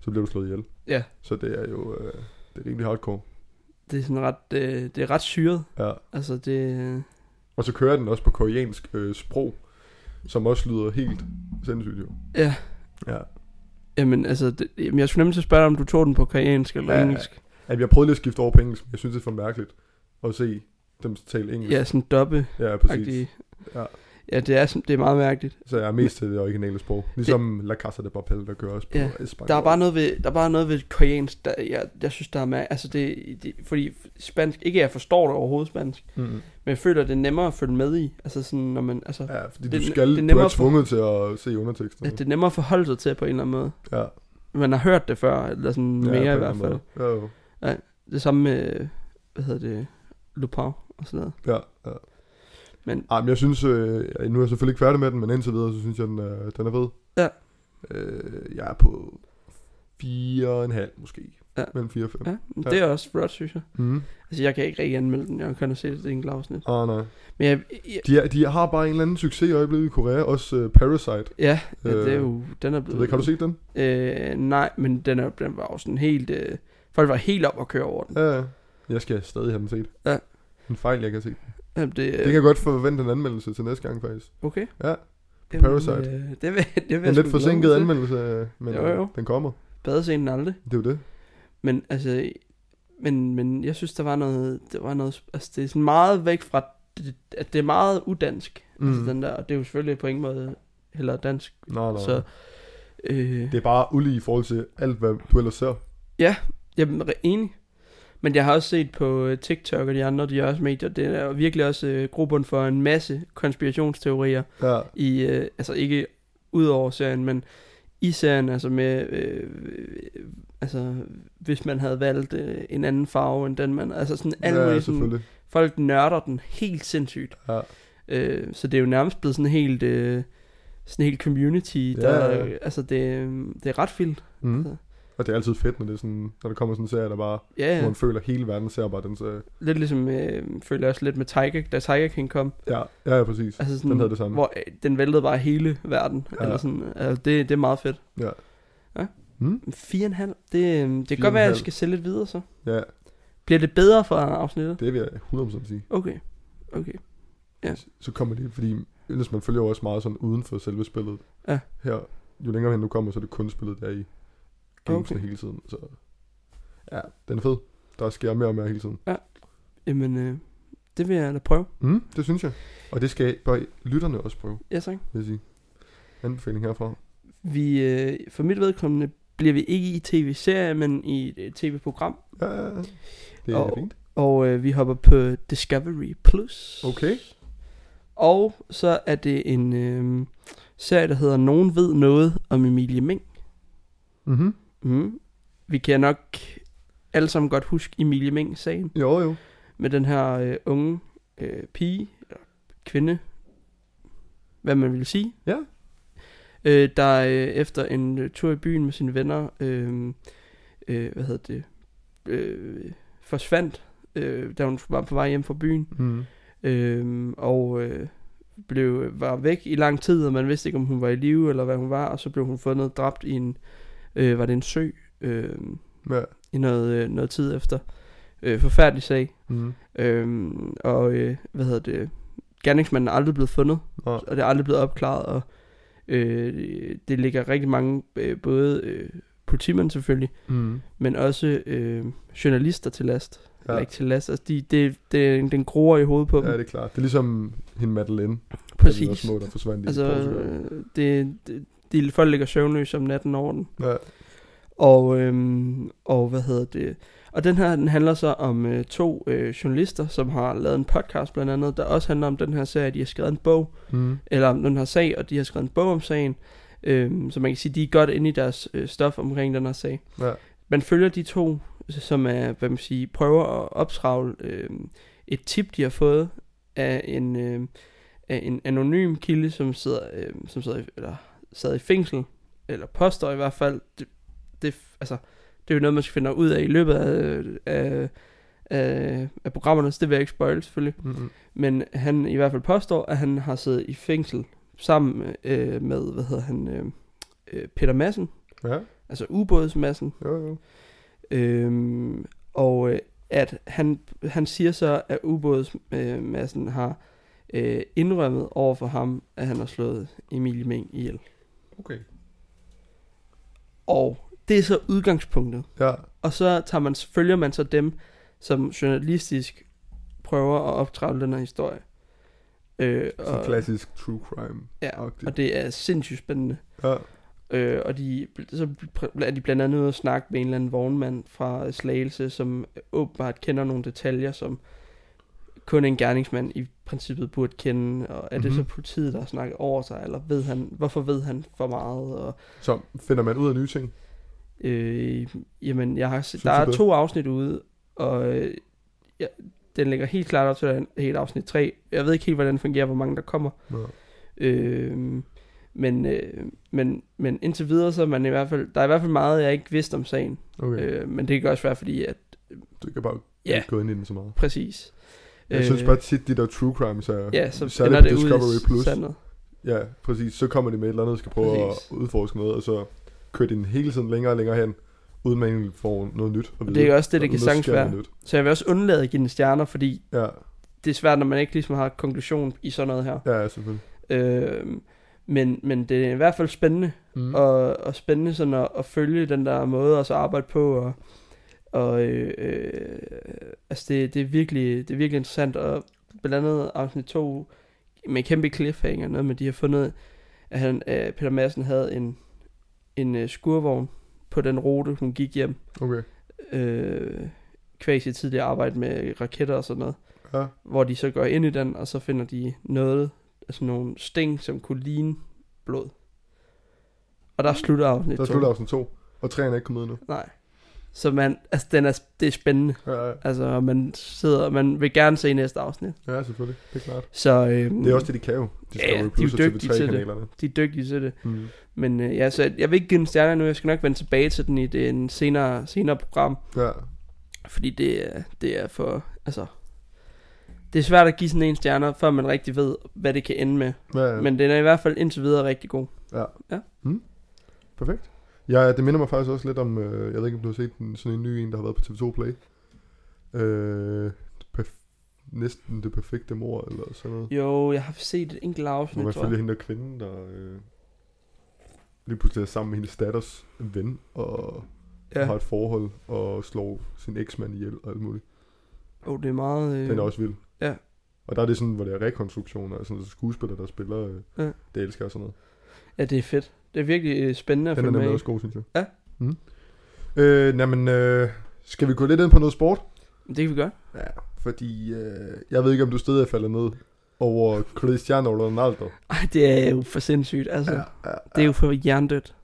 S2: så bliver du slået ihjel.
S1: Ja.
S2: Så det er jo øh, det er rimelig hardcore.
S1: Det er sådan ret, øh, det er ret syret.
S2: Ja.
S1: Altså det,
S2: Og så kører den også på koreansk øh, sprog, som også lyder helt sindssygt jo.
S1: Ja.
S2: Ja.
S1: jamen altså, det, jamen, jeg skulle nemlig til at spørge dig, om du tog den på koreansk eller
S2: Ja,
S1: ja,
S2: ja.
S1: engelsk.
S2: At jeg prøvede lige at skifte over på engelsk, men jeg synes det er for mærkeligt at se dem tale engelsk.
S1: Ja, sådan dobbe
S2: Ja, præcis.
S1: ja.
S2: Ja.
S1: ja, det er, sådan- det er meget mærkeligt.
S2: Så jeg er mest til det originale sprog. Ligesom det... La Casa de Papel, der kører også på
S1: Ja.
S2: ja. Spanien.
S1: Der er bare noget ved, der er bare noget ved koreansk, der, jeg, jeg synes, der er med, altså det, det, fordi spansk, ikke at jeg forstår det overhovedet spansk,
S2: Mm.
S1: men jeg føler, det er nemmere at følge med i, altså sådan, når man, altså, ja.
S2: Ja, fordi
S1: Det-
S2: det, du skal,
S1: det er
S2: du er
S1: nemmere for-
S2: tvunget til at se underteksterne.
S1: at det er nemmere at forholde sig til på en eller anden måde.
S2: Ja.
S1: Man har hørt det før, eller sådan mere
S2: ja, på en
S1: i
S2: eller
S1: hvert
S2: anden
S1: fald.
S2: måde. Ja, jo.
S1: Det samme med, hvad hedder det, Lupin og sådan noget.
S2: Ja, ja.
S1: Men-
S2: Ej, men jeg synes, øh, nu er jeg selvfølgelig ikke færdig med den, men indtil videre, så synes jeg, den er, den er fed.
S1: Ja.
S2: Øh, jeg er på 4,5 måske.
S1: Ja.
S2: Mellem 4 og 5.
S1: Ja, men det er også flot, synes jeg.
S2: Mm.
S1: Altså, jeg kan ikke rigtig anmelde den, jeg har kun set det enkelte afsnit.
S2: Ah, nej.
S1: Men jeg, jeg,
S2: De, er, de har bare en eller anden succes i øjeblikket i Korea, også øh, Parasite.
S1: ja, ja,
S2: Øh,
S1: det er jo, den er
S2: Jeg
S1: blevet...
S2: ved ikke, har du set den?
S1: Øh, nej, men den, er, den var jo sådan helt... Øh, folk var helt op at køre over den.
S2: Ja, ja. Jeg skal stadig have den set.
S1: Ja.
S2: En fejl, jeg kan se.
S1: Jamen, det,
S2: Det kan jeg godt forvente en anmeldelse til næste gang, faktisk.
S1: Okay.
S2: Ja,
S1: Jamen,
S2: Parasite.
S1: Øh, det vil, det vil jeg
S2: En
S1: sgu
S2: lidt
S1: glæde
S2: forsinket
S1: mig til.
S2: anmeldelse, øh, men
S1: Jo, jo.
S2: øh, den kommer.
S1: Badescenen aldrig.
S2: Det er jo det.
S1: Men altså... Men, men jeg synes, der var noget... Der var noget altså, det er sådan meget væk fra... Det, at det er meget udansk. Mm. Altså,
S2: Mm.
S1: den der, og det er jo selvfølgelig på ingen måde heller dansk.
S2: Nej, nej.
S1: Så... Øh,
S2: Det er bare ulige i forhold til alt, hvad du ellers ser.
S1: Jeg er enig. Men jeg har også set på øh, TikTok og de andre, de også medier, det er jo virkelig også øh, grobund for en masse konspirationsteorier
S2: Ja.
S1: i, øh, altså ikke ud over serien, men i serien, altså med, øh, øh, altså hvis man havde valgt øh, en anden farve end den man, altså sådan alle
S2: ja,
S1: mulige, sådan,
S2: selvfølgelig.
S1: folk nørder den helt sindssygt.
S2: Ja.
S1: Øh, så det er jo nærmest blevet sådan helt, øh, sådan helt community, der,
S2: ja, ja.
S1: altså det, øh, det er ret vildt.
S2: Mm.
S1: Så-
S2: Og det er altid fedt, når, det er sådan, når der kommer sådan en serie, der bare,
S1: Ja,
S2: ja.
S1: ja.
S2: man føler, at hele verden ser bare den serie.
S1: Lidt ligesom, øh, føler jeg også lidt med Tiger, da Tiger King kom.
S2: Ja, ja, ja præcis.
S1: Altså sådan,
S2: Den havde det samme.
S1: Hvor øh, den væltede bare hele verden. Ja.
S2: Ja.
S1: Eller sådan, altså det, det er meget fedt.
S2: Ja.
S1: Ja.
S2: Mm?
S1: 4,5. Det, øhm, det kan
S2: Fire
S1: godt
S2: og en
S1: være, at jeg
S2: halv.
S1: skal sælge lidt videre så.
S2: Ja,
S1: Bliver det bedre for afsnittet?
S2: det vil jeg 100% sige.
S1: Okay. Okay. Ja.
S2: Så kommer det, fordi ellers man følger jo også meget sådan uden for selve spillet.
S1: Ja.
S2: Her, jo længere hen du kommer, så er det kun spillet der i gamesen
S1: Okay.
S2: hele tiden. Så ja, den er fed. Der sker mere og mere hele tiden.
S1: Jamen, øh, det vil jeg da prøve.
S2: Mm, det synes jeg. Og det skal bør lytterne også prøve,
S1: Ja, tak.
S2: vil jeg sige. Anbefaling herfra.
S1: Vi, øh, for mit vedkommende bliver vi ikke i tv-serie, men i et øh, tv-program.
S2: Ja, ja, ja. det er
S1: Og-
S2: fint.
S1: Og øh, vi hopper på Discovery Plus.
S2: Okay.
S1: Og så er det en øh, serie, der hedder Nogen ved noget om Emilie Meng.
S2: Mm-hmm.
S1: Mm. Vi kan nok alle sammen godt huske Emilie Meng-sagen
S2: Jo, jo.
S1: med den her øh, unge øh, pige, eller kvinde, hvad man vil sige.
S2: Ja.
S1: Øh, der øh, efter en øh, tur i byen med sine venner, øh, øh, hvad hedder det, øh, forsvandt, øh, da hun var på vej hjem fra byen.
S2: Mm.
S1: Øhm, og øh, blev, øh, var væk i lang tid, og man vidste ikke, om hun var i live, eller hvad hun var, og så blev hun fundet dræbt i en, øh, var det en sø, øh,
S2: Ja.
S1: i noget, øh, noget tid efter. Øh, forfærdelig sag.
S2: Mm.
S1: Øh, og, øh, hvad hedder det, gerningsmanden er aldrig blevet fundet,
S2: Nå.
S1: og det er aldrig blevet opklaret, og øh, det ligger rigtig mange, øh, både øh, politimænd selvfølgelig,
S2: Mm.
S1: men også øh, journalister til last. Ja.
S2: Ja.
S1: Eller ikke til last, altså de, det, det, den gruer i hovedet på dem.
S2: ja, det er klart. Det er ligesom hende Madeleine. Da vi var
S1: Præcis.
S2: små, der forsvandt i
S1: Altså,
S2: Portugal.
S1: øh, det, det, de folk ligger søvnløse om natten over den.
S2: Ja.
S1: Og, øhm, og hvad hedder det? Og den her den handler så om øh, to øh, journalister, som har lavet en podcast blandt andet, der også handler om den her serie. De har skrevet en bog,
S2: Mm.
S1: eller om den her sag, og de har skrevet en bog om sagen. Øhm, så man kan sige, de er godt inde i deres øh, stof omkring den her sag.
S2: Ja.
S1: Man følger de to, øh, som er, hvad man siger, prøver at optravle øh, et tip, de har fået af en, øh, af en anonym kilde, som sidder, øh, som sidder i, eller sad i fængsel, eller påstår i hvert fald. Det, det, altså, det er jo noget, man skal finde ud af i løbet af, af, af, af programmerne, så det vil jeg ikke spoil selvfølgelig.
S2: Mm.
S1: Men han i hvert fald påstår, at han har siddet i fængsel sammen øh, med, hvad hedder han, øh, øh, Peter Madsen,
S2: Ja,
S1: altså ubådsmassen,
S2: jo, jo.
S1: Øhm, og øh, at han, han siger så, at ubådsmassen øh, Madsen har øh, indrømmet over for ham, at han har slået Emilie Meng ihjel.
S2: Okay.
S1: Og det er så udgangspunktet.
S2: Ja,
S1: Og så tager man, følger man så dem, som journalistisk prøver at optrævle den her historie. Øh,
S2: sådan
S1: og,
S2: klassisk true crime.
S1: ja,
S2: agtigt.
S1: og det er sindssygt spændende.
S2: Ja.
S1: Øh, og de, så pr- er de blandt andet ude at snakke med en eller anden vognmand fra Slagelse, som åbenbart kender nogle detaljer, som kun en gerningsmand i princippet burde kende. Og er mm-hmm. det så
S2: Mhm.
S1: politiet, der har snakket over sig, eller ved han, hvorfor ved han for meget? Og,
S2: Så finder man ud af nye ting.
S1: øh, jamen, jeg har, set-
S2: Synes
S1: der
S2: du
S1: er
S2: det?
S1: to afsnit ude, og øh, ja, den ligger helt klart op til at der er helt afsnit 3. Jeg ved ikke helt, hvordan det fungerer, hvor mange der kommer.
S2: Nå.
S1: Øh, men, øh, men, men indtil videre, så er man i hvert fald, der er i hvert fald meget, jeg ikke vidste om sagen.
S2: Okay,
S1: Øh, men det kan også være, fordi at,
S2: du kan bare
S1: ja.
S2: ikke gå ind i den så meget.
S1: præcis. øh,
S2: Jeg synes bare tit, de der true crime, så,
S1: ja, så
S2: så er
S1: ender
S2: det på
S1: det ud
S2: Discovery
S1: i
S2: Plus.
S1: sandet.
S2: Ja, præcis. Så kommer de med et eller andet, skal prøve
S1: Præcis.
S2: at udforske noget, og så kører de den hele tiden længere og længere hen, uden man egentlig får noget nyt at
S1: Og
S2: vide.
S1: det er også det,
S2: Og
S1: det kan
S2: uden at
S1: sagtens
S2: skære noget
S1: være.
S2: Nyt.
S1: Så jeg vil også undlade at give den stjerner, fordi
S2: Ja,
S1: det er svært, når man ikke ligesom har konklusion i sådan noget her.
S2: ja, selvfølgelig.
S1: Øh, men, men det er i hvert fald spændende,
S2: Mm.
S1: og, og spændende sådan at, at følge den der måde og så arbejde på og, og øh, øh, altså det, det, er virkelig, det er virkelig interessant og blandt andet afsnit 2 med en kæmpe cliffhanger noget med de har fundet at han, øh, Peter Madsen havde en, en øh, skurvogn på den rute hun gik hjem
S2: Okay.
S1: øh, kvæg sit tidligere arbejde med raketter og sådan noget
S2: Ja,
S1: hvor de så går ind i den og så finder de noget altså nogle sting som kunne ligne blod og der slutter afsnit
S2: Mm. der
S1: to.
S2: slutter afsnit 2, og 3'eren er ikke kommet endnu.
S1: Nej. Så man, altså den er, det er spændende.
S2: Ja, ja.
S1: Altså, og man sidder, og man vil gerne se næste afsnit.
S2: ja, selvfølgelig. Det er klart.
S1: Så øhm,
S2: Det er også det, de kan jo. De
S1: Ja, ja, de er
S2: Plus
S1: jo
S2: og
S1: dygtige til det.
S2: TV3-kanalerne.
S1: de er dygtige til det.
S2: Mm.
S1: Men øh, ja, så jeg vil ikke give den stjerne nu. Jeg skal nok vende tilbage til den i det en senere, senere program.
S2: Ja,
S1: Fordi det, er- det er for, altså... Det er svært at give sådan en stjerner, før man rigtig ved, hvad det kan ende med.
S2: ja,
S1: Ja.
S2: ja.
S1: Men den er i hvert fald indtil videre rigtig god.
S2: perfekt. Ja, det minder mig faktisk også lidt om, øh, jeg ved ikke, om du har set den, sådan en ny en, der har været på TV2 Play. Øh, perf- næsten det perfekte mor, eller sådan noget.
S1: Jo, jeg har set et enkelt afsnit,
S2: Hvor man
S1: tror
S2: følger
S1: jeg.
S2: hende der kvinde, der øh, lige pludselig er sammen med hendes datters ven, og ja. har
S1: Ja.
S2: et forhold, og slår sin eksmand ihjel og alt muligt.
S1: Oh, det er meget... Øh,
S2: Den er også vild.
S1: Ja.
S2: Og der er det sådan, hvor det er rekonstruktioner, altså sådan skuespillere, der spiller, øh,
S1: Ja.
S2: ja. det elsker jeg sådan noget.
S1: Ja, det er fedt. Det er virkelig øh, spændende at
S2: Den er
S1: følge med
S2: nemlig
S1: i.
S2: også god, synes jeg.
S1: Ja.
S2: Mm. Øh, jamen, øh, skal vi gå lidt ind på noget sport?
S1: Det kan vi gøre.
S2: Ja, fordi øh, jeg ved ikke, om du stadig er faldet ned over Cristiano Ronaldo.
S1: Ej, det er jo for sindssygt, altså. Ja.
S2: ja,
S1: Det er jo for jerndødt.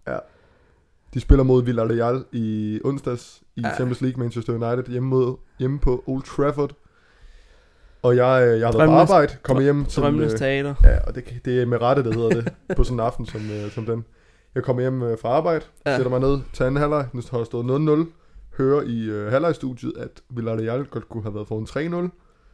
S2: De spiller mod Villarreal i onsdags i
S1: Ja.
S2: Champions League Manchester United hjemme, mod, hjemme på Old Trafford. Og jeg, øh, jeg har været på
S1: Drømmenes-
S2: arbejde, kommer hjem til...
S1: Drømmenes
S2: øh,
S1: Teater.
S2: Ja, og det, kan- det er med rette, det hedder det, på sådan en aften som, øh, som den. Jeg kommer hjem øh, fra arbejde,
S1: Ja.
S2: ja. sætter mig ned, tager anden halvleg, nu har jeg stået 0-0, hører i øh, halvlegstudiet, at Villarreal godt kunne have været foran 3-0.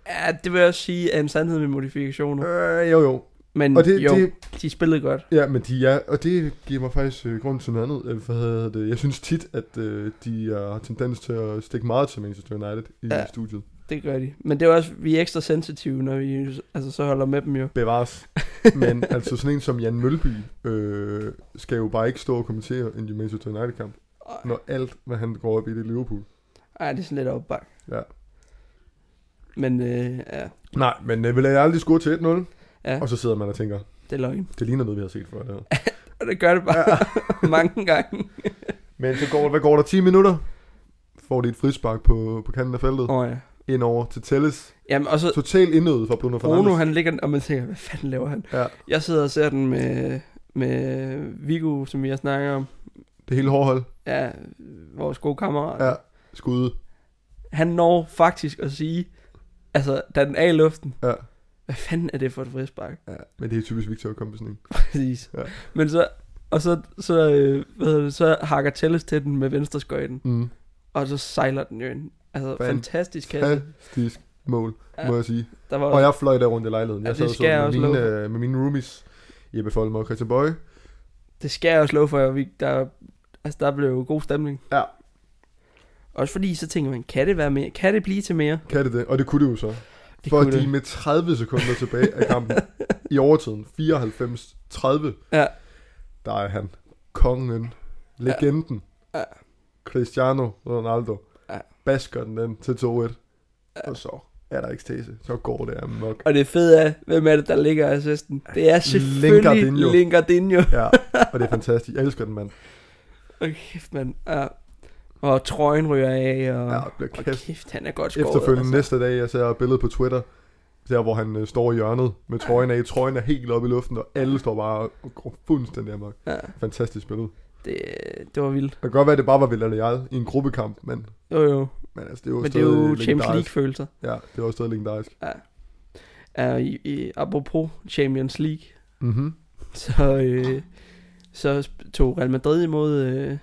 S1: Ja, det vil jeg også sige er en sandhed med modifikationer.
S2: Øh, jo jo.
S1: Men
S2: Og det,
S1: Mm, jo,
S2: det,
S1: de spillede godt.
S2: ja, men de er, og det giver mig faktisk øh, grund til noget andet. Øh, Hvad hedder det? Jeg synes tit, at øh, de har tendens til at stikke meget til Manchester United i
S1: Ja.
S2: ja. studiet.
S1: Det gør de. Men det er også, vi er ekstra sensitive, når vi altså, så holder med dem jo.
S2: Bevares. Men altså sådan en som Jan Mølby øh, skal jo bare ikke stå og kommentere en Manchester United-kamp, når alt, hvad han går op i, det er Liverpool.
S1: Ej, det er sådan lidt opbak.
S2: Ja.
S1: Men øh, ja,
S2: Nej, men øh, vil jeg aldrig score til 1-0?
S1: Ja.
S2: Ja. Og så sidder man og tænker,
S1: det er løgn.
S2: det ligner noget, vi har set før. Det her.
S1: Og det gør det bare ja. mange gange.
S2: Men så går, hvad går der 10 minutter? Får de et frispark på, på kanten af feltet.
S1: Åh oh, ja.
S2: Ind over til Telles.
S1: Jamen, og så
S2: Total indødet fra Bruno Fernandes.
S1: Bruno, han ligger den, og man tænker, hvad fanden laver han?
S2: Ja,
S1: Jeg sidder og ser den med, med Vigo, som vi har snakket om.
S2: det hele hårdhold.
S1: Ja, vores gode kammerat.
S2: Ja, skud.
S1: Han når faktisk at sige, altså, da den er i luften,
S2: Ja.
S1: hvad fanden er det for et frispark?
S2: ja. Men det er typisk Victor at komme på sådan en.
S1: Præcis. Ja.
S2: Ja.
S1: Men så, og så, så, øh, hvad hedder det, så hakker Telles til den med venstreskøjten,
S2: Mm.
S1: og så sejler den jo ind. Altså,
S2: Fan-
S1: fantastisk kasse.
S2: Fantastisk mål,
S1: Ja.
S2: ja. må jeg sige.
S1: Der var
S2: Og jeg fløj der rundt i lejligheden.
S1: Ja,
S2: Jeg
S1: det
S2: sad og så
S1: skal jeg også
S2: med, mine,
S1: love.
S2: øh, med mine roomies. Jeppe Folmer og Christian Bøje.
S1: Det skal jeg også love for, at vi, der, altså, der blev jo god stemning.
S2: Ja.
S1: Også fordi, så tænker man, kan det være mere? Kan det blive til mere?
S2: Kan det det? Og det kunne det jo så.
S1: Det
S2: Fordi
S1: kunne det.
S2: med 30 sekunder tilbage af kampen i overtiden, 94-30,
S1: Ja.
S2: der er han kongen, legenden,
S1: Ja.
S2: Cristiano Ronaldo,
S1: Ja.
S2: basker den den til 2-1, og så er der ekstase, så går det amok.
S1: Og det fede er, hvem er det, der ligger i assisten? Det er selvfølgelig
S2: Lingardinho.
S1: Lingardinho.
S2: Ja, og det er fantastisk. Jeg elsker den mand.
S1: Åh, kæft, mand. Ja. Og trøjen ryger af, og...
S2: Ja,
S1: Ja.
S2: bliver
S1: Og
S2: kæft.
S1: kæft, han er godt skåret. altså.
S2: Efterfølgende næste dag, jeg ser et billede på Twitter, der hvor han øh, står i hjørnet med trøjen af. Trøjen er helt oppe i luften, og alle står bare og går fuldstændig amok.
S1: Ja,
S2: Fantastisk billede.
S1: det, det var vildt.
S2: Det kan godt være, at det bare var Villarreal i en gruppekamp, men
S1: Jo, jo.
S2: Men altså, det er jo
S1: Men det er
S2: stadig
S1: jo Champions
S2: legendarisk.
S1: League-følelser.
S2: Ja, det er jo stadig legendarisk.
S1: Ja, i, i, apropos Champions League,
S2: Mm-hmm.
S1: så, øh, så tog Real Madrid imod... Øh,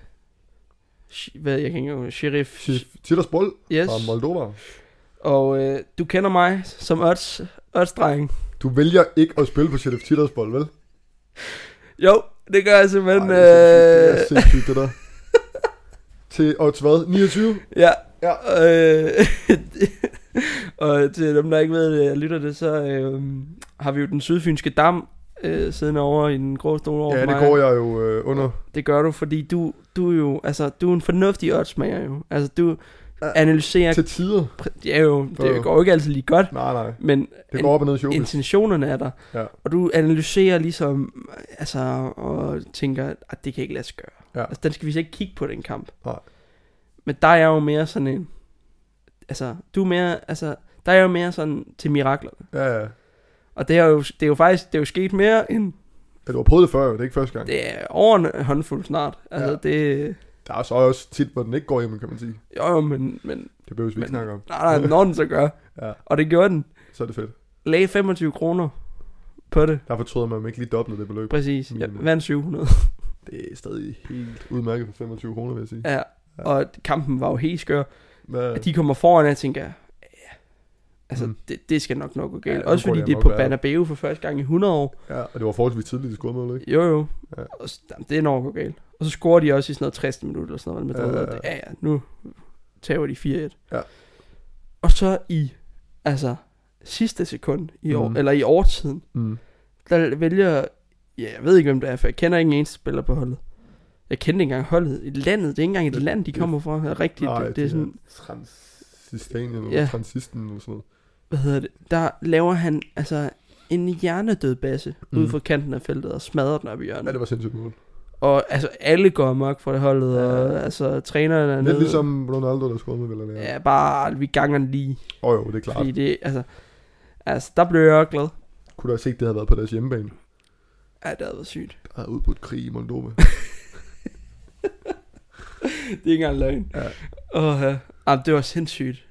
S1: Sh- hvad, jeg kan ikke engang... Sheriff...
S2: Titters Bold
S1: Yes.
S2: fra Moldova.
S1: Og øh, du kender mig som odds, odds-dreng.
S2: Du vælger ikke at spille på Sheriff Titters Bold, vel?
S1: Jo, det gør jeg simpelthen.
S2: Ej, det er
S1: øh,
S2: sindssygt, det, er sindssygt, det der. Til odds hvad? 29?
S1: Ja.
S2: Ja.
S1: Øh, og til dem, der ikke ved det, jeg lytter det, så øh, har vi jo den sydfynske dam øh, siddende over i den grå stol over
S2: ja,
S1: for
S2: det
S1: mig.
S2: går jeg jo øh, under.
S1: Det gør du, fordi du, du er jo, altså, du er en fornuftig oddsmager jo. Altså, du
S2: Ja.
S1: analyserer,
S2: Til tider?
S1: pr- ja jo, det
S2: Jo.
S1: går jo ikke altid lige godt,
S2: Nej, nej.
S1: men
S2: Det
S1: en-
S2: går op og ned i showbiz.
S1: intentionerne er der.
S2: Ja.
S1: Og du analyserer ligesom, altså, og tænker, at det kan ikke lade sig gøre.
S2: Ja.
S1: Altså, den skal vi så ikke kigge på, den kamp.
S2: Nej.
S1: Men der er jeg jo mere sådan en, altså, du er mere, altså, der er jeg jo mere sådan til miraklerne.
S2: Ja, ja.
S1: Og det er jo, det er jo faktisk, det er jo sket mere end,
S2: Ja, du har prøvet det før, jo. det er ikke første gang. Det.
S1: det er over en håndfuld snart. Altså,
S2: Ja.
S1: det,
S2: Der er så også tit, hvor den ikke går hjem, kan man sige.
S1: jo, jo, men, men,
S2: Det behøver vi
S1: men
S2: ikke snakke om.
S1: nej, nej, når den så gør.
S2: Ja.
S1: Og det gjorde den.
S2: Så er det fedt.
S1: Lagde 25 kroner på det.
S2: Der fortryder man, at man ikke lige doblede det beløb.
S1: Øh, Præcis. Ja,
S2: Minimum.
S1: vandt 700.
S2: Det er stadig helt udmærket for 25 kroner, vil jeg sige.
S1: Ja.
S2: Ja.
S1: Og kampen var jo helt skør.
S2: Ja,
S1: at de kommer foran, og jeg tænker, ja, altså, mm.
S2: Mm.
S1: det, det skal nok nok gå galt.
S2: Ja,
S1: Ja, Også
S2: nu
S1: fordi
S2: går det
S1: det er
S2: amok,
S1: på
S2: hvad er det?
S1: Banabeo for første gang i 100 år.
S2: ja og det var forholdsvis tidligt, de skulle have målet, ikke?
S1: Jo, jo. Ja.
S2: Ja.
S1: Og, s- jamen, det er nok gå galt. Og så scorer de også i sådan noget 60 minutter, eller sådan noget, med
S2: Ja,
S1: ja,
S2: ja,
S1: ja, ja. ja, nu tager de 4-1.
S2: Ja.
S1: Og så i, altså, sidste sekund, i år, mm.
S2: Mhm.
S1: eller i årtiden,
S2: Mm.
S1: der vælger, ja, jeg ved ikke, hvem det er, for jeg kender ikke en eneste spiller på holdet. Jeg kendte ikke engang holdet. Et landet, det er ikke engang et
S2: Det-
S1: land, de
S2: det-
S1: kommer fra. Rigtigt, Nej, det, det er sådan,
S2: Transistanien eller
S1: Ja.
S2: ja. transisten eller sådan noget.
S1: hvad hedder det, der laver han altså en hjernedød basse mm. ude
S2: Mm.
S1: for kanten af feltet og smadrer den op i
S2: Ja,
S1: hjørnet.
S2: det var sindssygt mål.
S1: Og altså alle går amok for det holdet,
S2: Ja.
S1: og altså træneren er
S2: Lidt
S1: nede.
S2: ligesom Ronaldo, der skårede med Villarreal. Ja.
S1: Ja, bare vi ganger den lige,
S2: Og jo, det er klart.
S1: fordi det, altså, altså der blev jeg også glad.
S2: Kunne du have set, det havde været på deres hjemmebane?
S1: Ja, det havde været sygt.
S2: Der havde udbrudt krig i Moldova.
S1: Det er ikke engang løgn.
S2: Ja.
S1: Og, uh, det var sindssygt.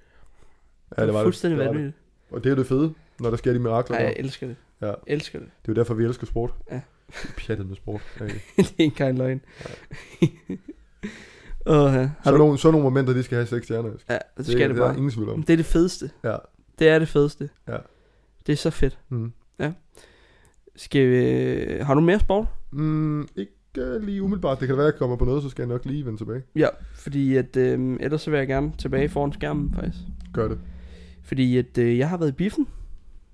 S2: ja, det var det.
S1: fuldstændig
S2: det var det.
S1: vanvittigt.
S2: Og det er jo det fede, når der sker de mirakler.
S1: Nej,
S2: der.
S1: jeg elsker det.
S2: Ja.
S1: Elsker det.
S2: Det er jo derfor, vi elsker sport.
S1: Ja.
S2: Pjattet med sport. Okay.
S1: det er ikke engang løgn. Åh, ja. har
S2: Så,
S1: du...
S2: nogle, så nogle momenter, de skal have seks stjerner. Det,
S1: Ja, det skal det,
S2: det er
S1: bare.
S2: der ingen tvivl om.
S1: Det er det fedeste.
S2: Ja.
S1: Det er det fedeste.
S2: Ja.
S1: Det er så fedt.
S2: Mm.
S1: Skal vi... øh, Har du mere sport?
S2: Mm, ikke øh, lige umiddelbart. Det kan da være, at jeg kommer på noget, så skal jeg nok lige vende tilbage.
S1: Ja, fordi at, øh, ellers så vil jeg gerne tilbage foran skærmen faktisk.
S2: Gør det.
S1: Fordi at øh, jeg har været i biffen,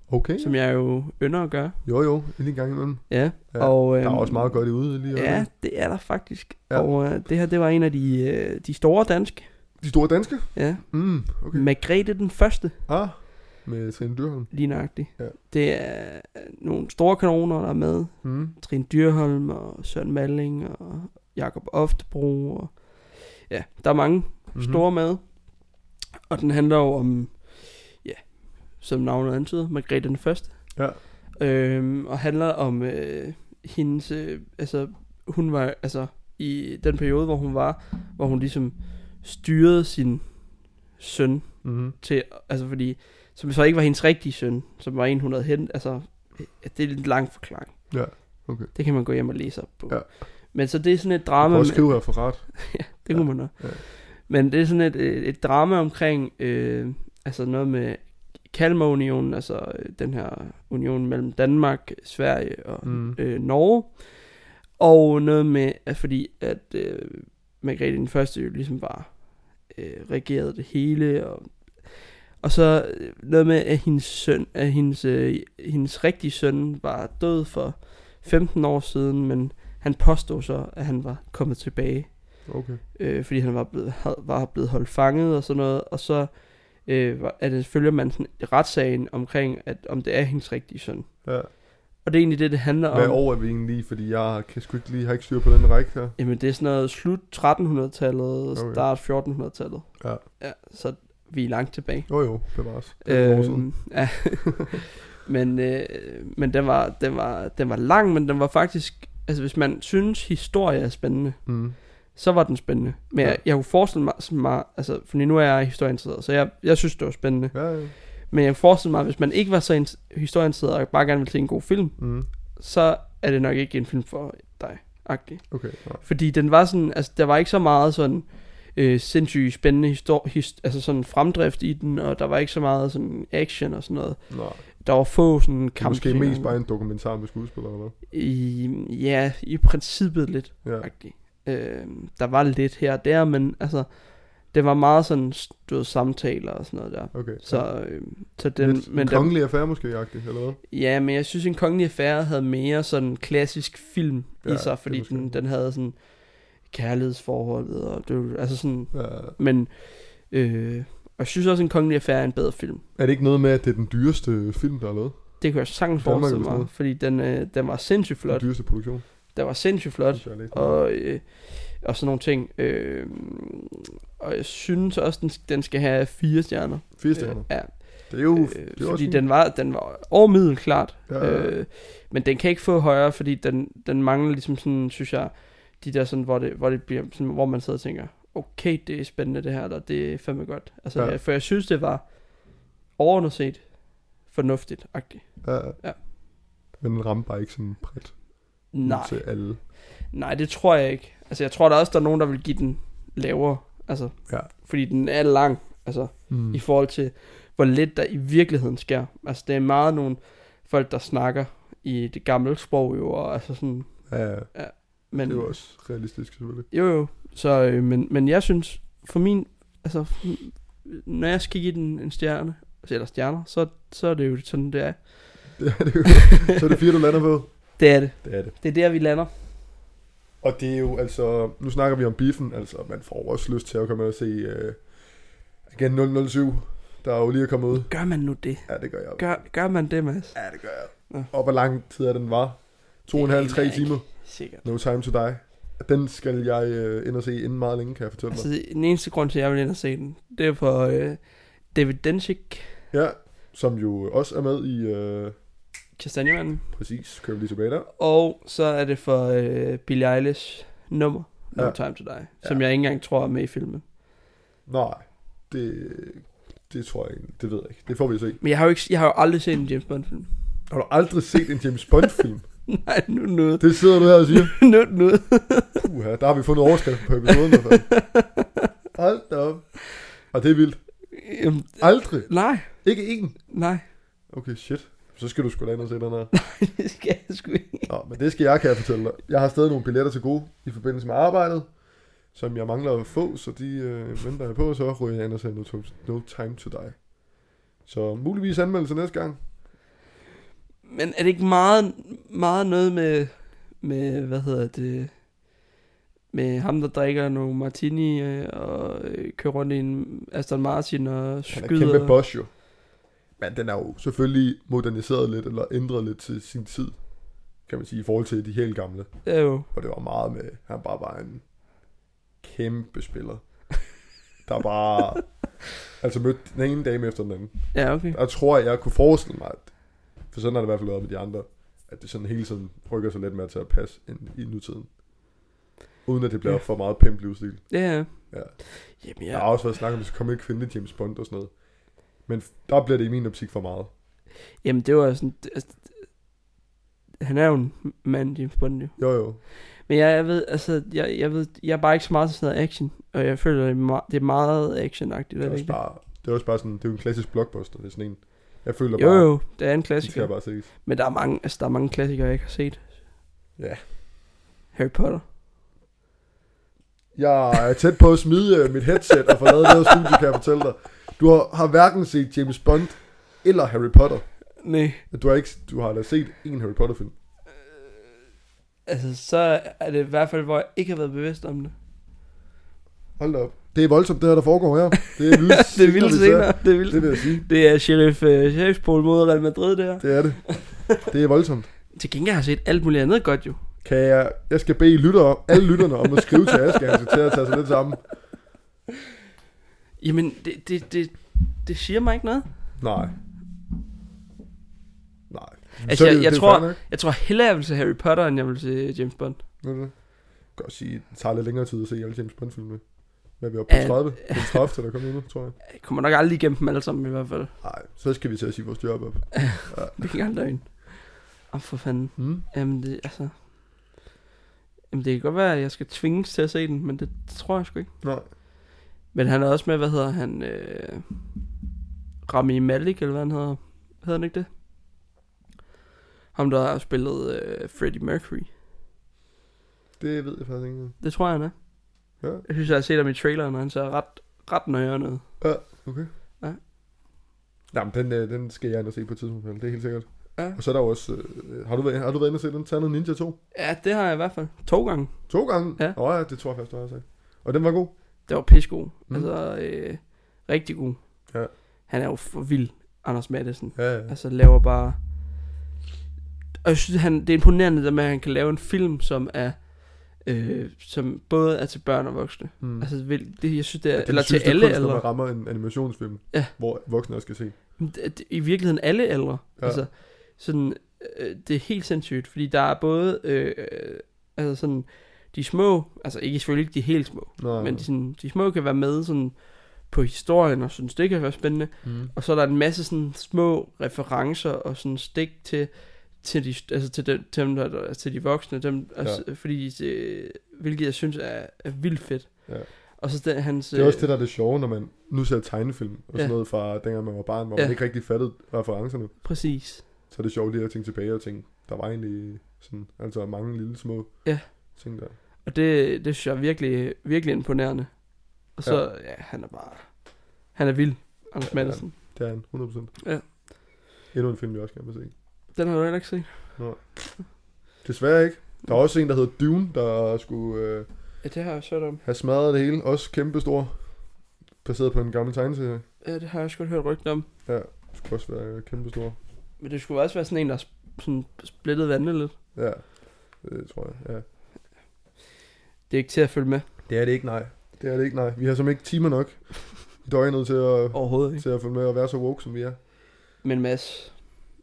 S2: Okay.
S1: som jeg jo ynder at gøre.
S2: Jo, jo. Lige en gang imellem.
S1: Ja,
S2: Ja,
S1: og... Øh,
S2: Der er også meget godt i ude lige i
S1: Ja,
S2: øjeblikket.
S1: det er der faktisk.
S2: Ja.
S1: Ja. Og øh, det her, det var en af de, øh, de store danske.
S2: De store danske.
S1: Ja,
S2: Mm, okay.
S1: okay. Margrethe den første,
S2: Ah, med Trine Dyrholm.
S1: lige nøjagtigt.
S2: Ja.
S1: Det er øh, nogle store kanoner, der er med.
S2: Mm.
S1: Trine Dyrholm og Søren Malling og Jakob Oftebro. Og ja, der er mange
S2: Mm-hmm.
S1: store med. Og den handler jo om, ja, som navnet antyder, Margrethe den Første.
S2: Ja.
S1: Øhm, og handler om øh, hendes, øh, altså hun var, altså i den periode, hvor hun var, hvor hun ligesom styrede sin søn
S2: Mm-hmm.
S1: til, altså fordi, som så ikke var hendes rigtige søn, som var en, hun havde hentet, altså, øh, det er lidt lang forklaring.
S2: Ja, okay.
S1: Det kan man gå hjem og læse op på.
S2: Ja.
S1: Men så det er sådan et
S2: Du
S1: drama.
S2: kan
S1: med-
S2: også skrive her for ret.
S1: det
S2: Ja,
S1: kunne man nok.
S2: ja.
S1: Ja. Men det er sådan et, et et drama omkring, øh, altså noget med Kalmarunionen, altså øh, den her union mellem Danmark, Sverige og
S2: Mm.
S1: øh, Norge. Og noget med, at fordi at øh, Margrethe den første jo ligesom bare øh, regerede det hele. Og, og så øh, noget med, at hendes, søn, at hendes, øh, hendes rigtige søn var død for 15 år siden, men han påstod så, at han var kommet tilbage
S2: Okay.
S1: øh, fordi han var blevet, havde- var blevet holdt fanget og sådan noget, og så øh, var- er det, følger man sådan retssagen omkring, at om det er hendes rigtige søn.
S2: Ja.
S1: Og det er egentlig det, det handler
S2: Hvad
S1: om.
S2: år er vi egentlig lige? Fordi jeg kan sgu ikke lige, har ikke styr på den række her.
S1: Jamen det er sådan noget slut 1300-tallet,
S2: Okay.
S1: start 1400-tallet.
S2: Ja.
S1: ja. Så vi er langt tilbage.
S2: Jo, jo. Bevares. Det er et år siden.
S1: Øhm, ja. men øh, men den, var, den, var, den var lang, men den var faktisk... Altså hvis man synes, historie er spændende,
S2: Mm.
S1: så var den spændende. Men
S2: Ja.
S1: ja. jeg, jeg kunne forestille mig, sådan mig, altså, fordi nu er jeg historieinteresseret, så jeg, jeg synes, det var spændende.
S2: Ja, ja.
S1: Men jeg kunne forestille mig, hvis man ikke var så ins- historieinteresseret og bare gerne ville se en god film,
S2: Mm.
S1: så er det nok ikke en film for dig. -agtig.
S2: Okay. nej.
S1: Fordi den var sådan, altså der var ikke så meget sådan øh, sindssygt spændende histor- his- altså sådan fremdrift i den, og der var ikke så meget sådan action og sådan noget.
S2: Nå.
S1: Der var få sådan
S2: Det er
S1: kamp.
S2: måske mest bare en dokumentar med skuespillere, eller hvad?
S1: I, ja, i princippet lidt.
S2: Ja.
S1: agtig. Øh, der var lidt her og der, men altså, det var meget sådan, du ved, samtaler og sådan noget der.
S2: Okay. ja.
S1: Så, øh, så den,
S2: Lidt
S1: men
S2: en
S1: den,
S2: kongelig affære måske, agtig, eller hvad?
S1: ja, men jeg synes, en kongelig affære havde mere sådan klassisk film
S2: Ja,
S1: i sig, fordi
S2: det er måske
S1: den,
S2: det.
S1: den havde sådan kærlighedsforholdet, og det, var- altså sådan,
S2: Ja.
S1: men, øh, og jeg synes også, en kongelig affære er en bedre film.
S2: Er det ikke noget med, at det er den dyreste film, der er lavet?
S1: Det kunne jeg sagtens
S2: Danmark er
S1: forestille
S2: vist med.
S1: mig, fordi den, øh, den var sindssygt flot.
S2: Den dyreste produktion.
S1: Den var sindssygt flot.
S2: synes jeg lidt.
S1: og, øh, og sådan nogle ting. Øh, og jeg synes også, den, den skal have fire stjerner.
S2: Fire stjerner.
S1: Øh, ja,
S2: Det er
S1: øh,
S2: jo... det er
S1: fordi
S2: også
S1: den var, den var over middel, klart.
S2: Ja, ja, ja.
S1: Øh, men den kan ikke få højere, fordi den, den mangler ligesom sådan, synes jeg, de der sådan, hvor det, hvor det bliver sådan, hvor man sidder og tænker, okay, det er spændende det her, eller det er fandme godt. Altså,
S2: Ja.
S1: ja. for jeg synes, det var overordnet set fornuftigt-agtigt.
S2: Ja, ja.
S1: Ja.
S2: Men den ramte bare ikke sådan bredt ud
S1: Nej,
S2: til alle.
S1: Nej, det tror jeg ikke. Altså, jeg tror der også, der er nogen, der vil give den lavere. Altså,
S2: Ja.
S1: Fordi den er lang, altså,
S2: Mm.
S1: mm. i forhold til, hvor lidt der i virkeligheden sker. Altså, det er meget nogle folk, der snakker i det gamle sprog jo, og altså sådan,
S2: Ja, ja.
S1: men...
S2: det er jo også realistisk, selvfølgelig.
S1: Jo, jo. Så, øh, men, men jeg synes, for min, altså, når jeg skal give den en stjerne, eller stjerner, så, så er det jo sådan, det er.
S2: Det er det jo. Så er det fire, du lander på.
S1: Det er det.
S2: Det er det.
S1: Det er der, vi lander.
S2: Og det er jo altså, nu snakker vi om biffen, altså man får jo også lyst til at komme og se uh, igen 007, der er jo lige er kommet ud.
S1: Gør man nu det?
S2: Ja, det gør jeg.
S1: Gør, gør man det, Mads?
S2: Ja, det gør jeg.
S1: Nå.
S2: Og hvor lang tid er den var? To og en
S1: Det
S2: halv,
S1: aner
S2: tre
S1: jeg ikke.
S2: timer.
S1: Sikkert.
S2: No time to die. Den skal jeg øh, ind og se inden meget længe, kan jeg fortælle altså,
S1: Altså,
S2: dig.
S1: den eneste grund til, at jeg vil ind og se den, det er for øh, David Denchik,
S2: Ja, som jo også er med i, øh,
S1: Kastanjemanden,
S2: præcis, kører vi lige tilbage der.
S1: og så er det for øh, Billie Eilish nummer, No
S2: Ja.
S1: Time To Die,
S2: Ja.
S1: som jeg ikke engang tror er med i filmen.
S2: Nej, det, Det tror jeg ikke. Det ved jeg ikke. Det får vi at se.
S1: Men jeg har jo, ikke, jeg har jo aldrig set en James Bond-film.
S2: Har du aldrig set en James Bond-film?
S1: Nej, nu er det noget.
S2: Det sidder du her og siger.
S1: Nu er det noget.
S2: Puha, der har vi fundet overskrift på episoden. i hvert fald. Hold da op. Og det er vildt.
S1: Jamen,
S2: Aldrig.
S1: nej,
S2: Ikke én.
S1: nej.
S2: Okay, shit. Så skal du sgu da ind og se den her.
S1: Det skal jeg sgu ikke.
S2: Nå, men det skal jeg, kan jeg fortælle dig. Jeg har stadig nogle billetter til gode i forbindelse med arbejdet, som jeg mangler at få, så de øh, venter jeg på, og så ryger jeg ind og ser no, Time- no Time To Die. Så muligvis anmeldelse næste gang.
S1: Men er det ikke meget, meget noget med, med, hvad hedder det, med ham, der drikker nogle martini øh, og øh, kører rundt i en Aston Martin og
S2: Han er
S1: skyder?
S2: kæmpe boss jo. Men den er jo selvfølgelig moderniseret lidt, eller ændret lidt til sin tid, kan man sige, i forhold til de helt gamle.
S1: Ja, jo.
S2: Og det var meget med, han bare var en kæmpe spiller. Der bare, altså mødte den ene dame efter den anden.
S1: Ja, okay.
S2: Der tror jeg, jeg kunne forestille mig, at, for sådan har det i hvert fald været med de andre, at det sådan hele tiden rykker sig lidt mere til at passe ind i nutiden. Uden at det bliver
S1: Ja.
S2: for meget pimp livsstil.
S1: Ja, ja.
S2: Ja.
S1: Jamen,
S2: Ja.
S1: jeg,
S2: Der har også været snak om, at der skal komme en kvinde James Bond og sådan noget. Men f- der bliver det i min optik for meget.
S1: Jamen det var sådan det- altså, Han er jo en mand James Bond jo.
S2: Jo jo.
S1: Men jeg, jeg ved Altså jeg, jeg ved Jeg er bare ikke så meget til sådan noget action Og jeg føler det er meget, det er meget actionagtigt
S2: Det er,
S1: er det
S2: også
S1: ikke det?
S2: bare, det er også bare sådan, det er jo en klassisk blockbuster, det er sådan en. Jeg føler
S1: Jo
S2: bare,
S1: jo Det er en
S2: den skal
S1: klassiker
S2: jeg bare ses.
S1: Men der er mange Altså der er mange klassikere Jeg ikke har set
S2: Ja.
S1: Harry Potter
S2: Jeg er tæt på at smide øh, mit headset og forlade det her studie, kan jeg fortælle dig. Du har, har hverken set James Bond eller Harry Potter.
S1: Nej
S2: Du har, ikke, du har da set en Harry Potter-film.
S1: Altså så er det i hvert fald Hvor jeg ikke har været bevidst om det
S2: Hold da op. Det er voldsomt, det her, der foregår her. Det er vildt.
S1: Det er vildt senere Det er
S2: Det
S1: vildt
S2: vil jeg sige.
S1: Det er Sheriff uh, Sheriff Paul mod Real Madrid der
S2: Det er det. Det er voldsomt.
S1: Til gengæld har jeg set alt muligt andet godt jo
S2: Kan jeg, jeg skal bede lytter, alle lytterne om at skrive til Aske, han skal til at tage sig lidt sammen.
S1: Jamen det, det, det, det siger mig ikke noget
S2: Nej. Nej.
S1: Altså, jeg- jeg tror-
S2: fair nok.
S1: Jeg tror hellere, jeg vil se Harry Potter, end jeg vil se James Bond.
S2: Ved du det? Jeg kan godt sige, det tager lidt længere tid at se alle James Bond-film med. Hvad er vi oppe på?
S1: Ja.
S2: 30? Det er 30, til der kommer nu, tror jeg.
S1: Jeg kommer nok aldrig igennem dem alle sammen i hvert fald.
S2: Nej, så skal vi til at sige vores job op.
S1: Det kan aldrig løgn. Åh, for fanden.
S2: Mm.
S1: Jamen, det, altså... Jamen, det kan godt være, at jeg skal tvinges til at se den, men det tror jeg sgu ikke.
S2: Nej.
S1: Men han er også med, hvad hedder han? Øh, Rami Malik, eller hvad han hedder? Hedder han ikke det? Ham, der har spillet øh, Freddie Mercury.
S2: Det ved jeg faktisk ikke.
S1: Det tror jeg, han er.
S2: Ja.
S1: Jeg synes, jeg har set ham i traileren, og han ser ret, ret nøjere ud.
S2: Okay.
S1: Ja.
S2: Jamen, den, øh, den skal jeg ind og se på et tidspunkt, det er helt sikkert.
S1: Ja.
S2: Og så er der jo også... Øh, har, du været, har du været inde og se den Tandet Ninja 2?
S1: Ja, det har jeg i hvert fald. To gange.
S2: To gange?
S1: Ja.
S2: Nå ja, det tror jeg faktisk, du har sagt. Og den var god?
S1: Det var pissegod.
S2: Mm.
S1: Mm. Altså, øh, rigtig god.
S2: Ja.
S1: Han er jo for vild, Anders Madsen.
S2: Ja, ja.
S1: Altså, laver bare... Og jeg synes, han, det er imponerende, det med, at han kan lave en film, som er... Øh, som både er til børn og voksne.
S2: Mm.
S1: Mm. Altså, vil- det, jeg synes, det er...
S2: Ja,
S1: Ja,
S2: den
S1: eller til
S2: sidste
S1: alle
S2: kunst, når man
S1: ældre.
S2: rammer en animationsfilm,
S1: Ja.
S2: hvor voksne også skal se.
S1: Men det- det- I virkeligheden alle ældre. Ja.
S2: Ja.
S1: Altså, sådan... Øh, det er helt sindssygt, fordi der er både... Øh, øh, altså, sådan... De små... Altså, ikke selvfølgelig ikke de helt små.
S2: Nå,
S1: Men sådan, de små kan være med sådan, på historien og synes, det kan være spændende.
S2: mm.
S1: Og så er der en masse sådan, små referencer og sådan stik til, til, de, altså til, dem, til, dem, der, der- til de voksne, dem, ja. altså, fordi det, hvilket jeg synes er, er vildt fedt.
S2: Ja.
S1: Og så den, hans... øh,
S2: Det er også det, der er det sjove, når man nu ser tegnefilm og sådan
S1: Ja.
S2: noget fra dengang man var barn, hvor
S1: Ja.
S2: man ikke rigtig fattede referencerne.
S1: Præcis.
S2: Så er det sjovt lige at tænke tilbage og tænke, der var egentlig sådan, altså mange lille små
S1: Ja.
S2: ting der.
S1: Og det, det synes jeg er virkelig, virkelig imponerende. Og så, ja, ja han er bare... Han er vild, Anders
S2: Ja, ja.
S1: Madsen.
S2: Det er han, 100%.
S1: Ja.
S2: Endnu en film, jeg også gerne vil se.
S1: Den har du heller ikke set.
S2: Desværre ikke. Der er også en, der hedder Dune, der skulle øh,
S1: Ja, det har jeg hørt om.
S2: have smadret det hele. Også kæmpestor. Baseret på en gammel tegneserie.
S1: Ja, det har jeg også godt hørt rygter om.
S2: Ja, skulle også være kæmpestor.
S1: Men det skulle også være sådan en, der er sp- sådan splittet vandet lidt.
S2: Ja, det tror jeg. Ja.
S1: Det er ikke til at følge med
S2: Det er det ikke, nej. Det er det ikke, nej. Vi har som ikke timer nok i døgnet til at,
S1: overhovedet. Ikke?
S2: til at følge med og være så woke, som vi er.
S1: Men Mads,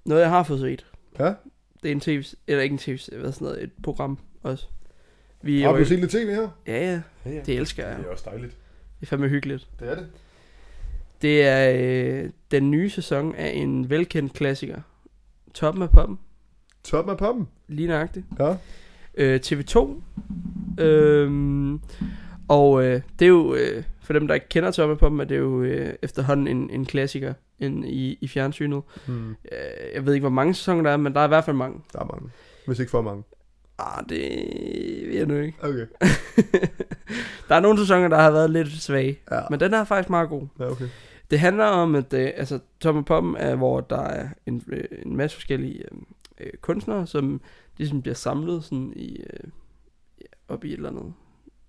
S1: noget jeg har fået set,
S2: Ja?
S1: det er en tv, eller ikke en tv, hvad sådan noget, et program også. Vi
S2: Har
S1: rykker-
S2: du set lidt tv her?
S1: Ja, ja,
S2: Ja, ja.
S1: det elsker jeg.
S2: også dejligt.
S1: Det er fandme hyggeligt.
S2: Det er det.
S1: Det er øh, den nye sæson af en velkendt klassiker. Toppen af poppen,
S2: Top af poppen.
S1: lige nøjagtigt.
S2: Ja.
S1: øh, TV2. Øhm, og øh, det er jo, øh, for dem der ikke kender Toppen på dem, er det jo øh, efterhånden en, en klassiker en, i, i fjernsynet.
S2: Hmm.
S1: Øh, jeg ved ikke, hvor mange sæsoner der er, men der er i hvert fald mange.
S2: Der er mange. Hvis ikke for mange.
S1: Ah, det ved jeg nu ikke.
S2: Okay.
S1: der er nogle sæsoner, der har været lidt svage,
S2: Ja,
S1: men den er faktisk meget god.
S2: ja okay.
S1: Det handler om, at øh, altså, Tom og Poppen er, hvor der er en, øh, en masse forskellige øh, øh, kunstnere, som ligesom bliver samlet sådan i, øh, ja, op i et eller andet,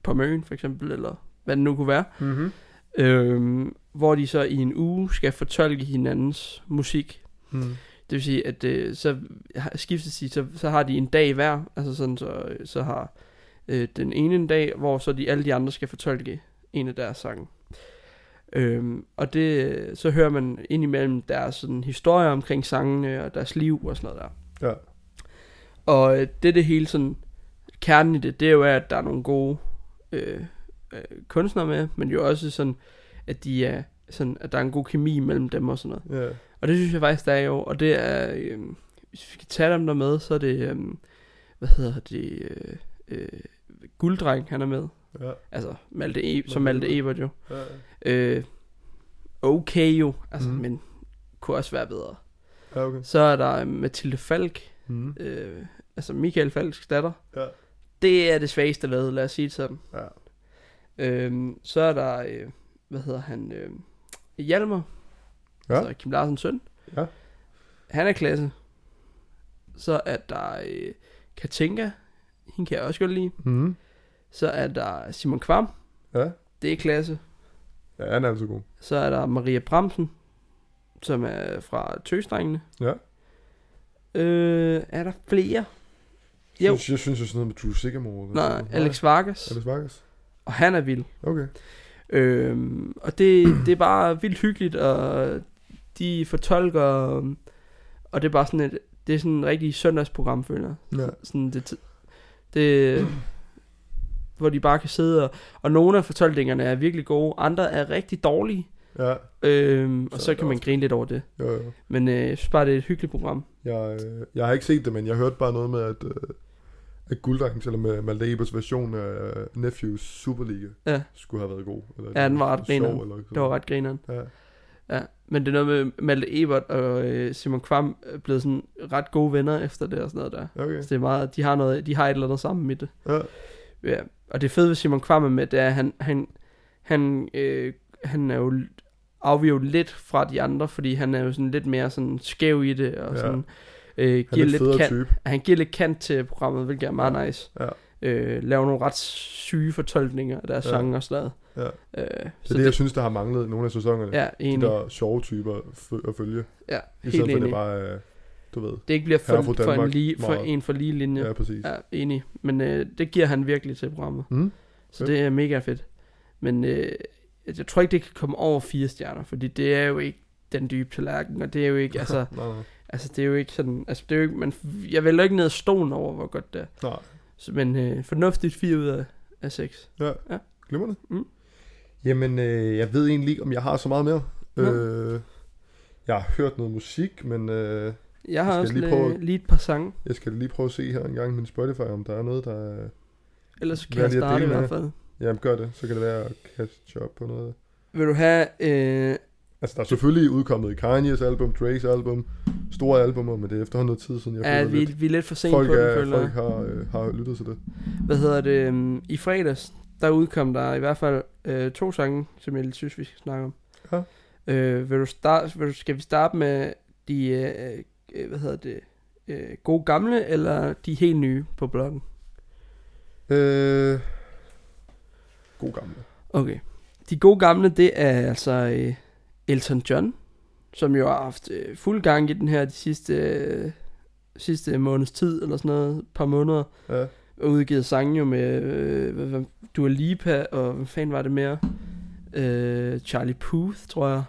S1: på Møn for eksempel, eller hvad det nu kunne være,
S2: Mm-hmm.
S1: øh, hvor de så i en uge skal fortolke hinandens musik.
S2: Mm.
S1: Det vil sige, at øh, så har- skiftes de, så, så har de en dag hver, altså sådan, så, så har øh, den ene en dag, hvor så de alle de andre skal fortolke en af deres sange. Øhm, og det, øh, så hører man indimellem deres sådan, historier omkring sangene og deres liv og sådan noget der.
S2: Ja.
S1: Og øh, det er det hele sådan, kernen i det, det er jo, at der er nogle gode øh, øh, kunstnere med, men jo også sådan, at de er sådan, at der er en god kemi mellem dem og sådan noget.
S2: Ja.
S1: Og det synes jeg faktisk, der er jo. Og det er, øhm, hvis vi skal tage dem der med, så er det, øhm, hvad hedder det, øh, øh, Gulddreng, han er med.
S2: Ja.
S1: Altså, Malte e- som Malte Ebert jo.
S2: Ja.
S1: Øh, okay jo, altså,
S2: Mhm.
S1: mm. men kunne også være bedre.
S2: Ja, okay.
S1: Så er der øh, Mathilde Falk,
S2: Mm.
S1: øh, altså Michael Falks datter.
S2: Ja.
S1: Det er det svageste lad, lad os sige det sådan.
S2: Ja.
S1: Øhm, så er der, øh, hvad hedder han, øh, Hjalmar,
S2: Ja.
S1: ja. altså Kim Larsens søn.
S2: Ja.
S1: Han er klasse. Så er der øh, Katinka, hende kan jeg også godt lide.
S2: Mm.
S1: Så er der Simon Kvam,
S2: Ja.
S1: det er klasse.
S2: Ja, han er altså god.
S1: Så er der Maria Bramsen, som er fra Tøsdrengene.
S2: Ja.
S1: Øh, er der flere?
S2: Jeg
S1: Jo.
S2: synes, jeg synes jo sådan noget med Drew Sigamore. eller
S1: Nej,
S2: sådan noget.
S1: Alex Vargas.
S2: Alex Vargas.
S1: Og han er vild.
S2: Okay.
S1: Øhm, og det, det er bare vildt hyggeligt, og de fortolker, og det er bare sådan et, det er sådan en rigtig søndagsprogram, føler jeg.
S2: Ja.
S1: Sådan det, tid- det, hvor de bare kan sidde, og, og nogle af fortolkningerne er virkelig gode, andre er rigtig dårlige,
S2: Ja.
S1: øhm, og
S2: Så
S1: så,
S2: er det
S1: kan man
S2: også-
S1: grine lidt over det.
S2: Jo, jo.
S1: Men øh, jeg synes bare, det er et hyggeligt program.
S2: Jeg, øh, jeg har ikke set det, men jeg hørte bare noget med, at, øh, at Guldrangs, eller med Malte Ebers version af øh, Nephews Superliga,
S1: Ja.
S2: skulle have været god. Eller,
S1: Ja, den var ret
S2: sjov,
S1: grineren.
S2: eller sådan.
S1: Det var ret grineren.
S2: Ja.
S1: Ja. Men det er noget med Malte Ebert og øh, Simon Kvam er blevet sådan ret gode venner efter det og sådan noget der.
S2: Okay.
S1: Så det er meget, de har, noget, de har et eller andet sammen i det.
S2: Ja.
S1: Ja, og det fede ved Simon Kvam er med, det er, at han, han, han, øh, han er jo afviger jo lidt fra de andre, fordi han er jo sådan lidt mere sådan skæv i det, og
S2: Ja.
S1: ja. sådan, øh,
S2: Han er
S1: giver
S2: en
S1: lidt
S2: federe
S1: kant,
S2: type.
S1: han giver lidt kant til programmet, hvilket er meget
S2: Ja.
S1: nice.
S2: Ja.
S1: Øh, laver nogle ret syge fortolkninger af deres
S2: Ja.
S1: ja. sange og slaget.
S2: Ja.
S1: Øh,
S2: Det er det, jeg synes, der har manglet i nogle af sæsonerne.
S1: ja,
S2: de
S1: enig.
S2: der sjove typer at fø- at følge.
S1: Ja,
S2: I
S1: helt
S2: stedet for, at
S1: enig.
S2: det bare er, du ved.
S1: Det ikke bliver for,
S2: Herre fra
S1: for, en,
S2: Danmark
S1: lige, for
S2: meget.
S1: en for lige linje.
S2: Ja, præcis.
S1: Ja, enig. Men øh, det giver han virkelig til programmet.
S2: Mm?
S1: Så
S2: Fedt.
S1: det er mega fedt. Men øh, jeg tror ikke, det kan komme over fire stjerner, fordi det er jo ikke den dybe tallerken, og det er jo ikke, altså,
S2: Nej, nej.
S1: altså det er jo ikke sådan, altså det er jo ikke, man, jeg vælger ikke ned af stolen over, hvor godt det er.
S2: Nej.
S1: Så, men øh, fornuftigt 4 ud af, af 6.
S2: Glimrende.
S1: Mm.
S2: Jamen, øh, jeg ved egentlig ikke, om jeg har så meget mere.
S1: Nå.
S2: Øh, jeg har hørt noget musik, men øh,
S1: Jeg har
S2: skal
S1: også
S2: lige
S1: lige,
S2: prøve-
S1: lige et par sange,
S2: jeg skal lige prøve at se her en gang i min Spotify, om der er noget, der er...
S1: ellers så kan
S2: Hvad er
S1: jeg
S2: det, jeg
S1: starte i
S2: deler
S1: hvert fald.
S2: Jamen, gør det. Så kan det være at catch up på noget.
S1: Vil du have, øh,
S2: Altså, der er selvfølgelig udkommet Kanye's album, Drake's album, store albumer, men det er efterhånden noget tid siden, jeg
S1: er,
S2: føler
S1: vi,
S2: lidt.
S1: vi er lidt for sent
S2: Folk,
S1: på den,
S2: er,
S1: føler
S2: folk
S1: jeg.
S2: har, øh, har lyttet til det.
S1: Hvad hedder det, øh, i fredags, der udkom der i hvert fald øh, to sange, som jeg lidt synes, vi skal snakke om.
S2: Ja.
S1: Øh, vil du start, vil du, skal vi starte med de, øh, øh, hvad hedder det, øh, gode gamle, eller de helt nye på bloggen?
S2: Øh, god gamle.
S1: Okay. De gode gamle, det er altså øh, Elton John, som jo har haft øh, fuld gang i den her de sidste, øh, sidste måneds tid, eller sådan noget, par måneder,
S2: Ja.
S1: og udgivet sange jo med øh, hvad- hvad- Dua Lipa, og hvad fanden var det mere? Øh, Charlie Puth, tror jeg.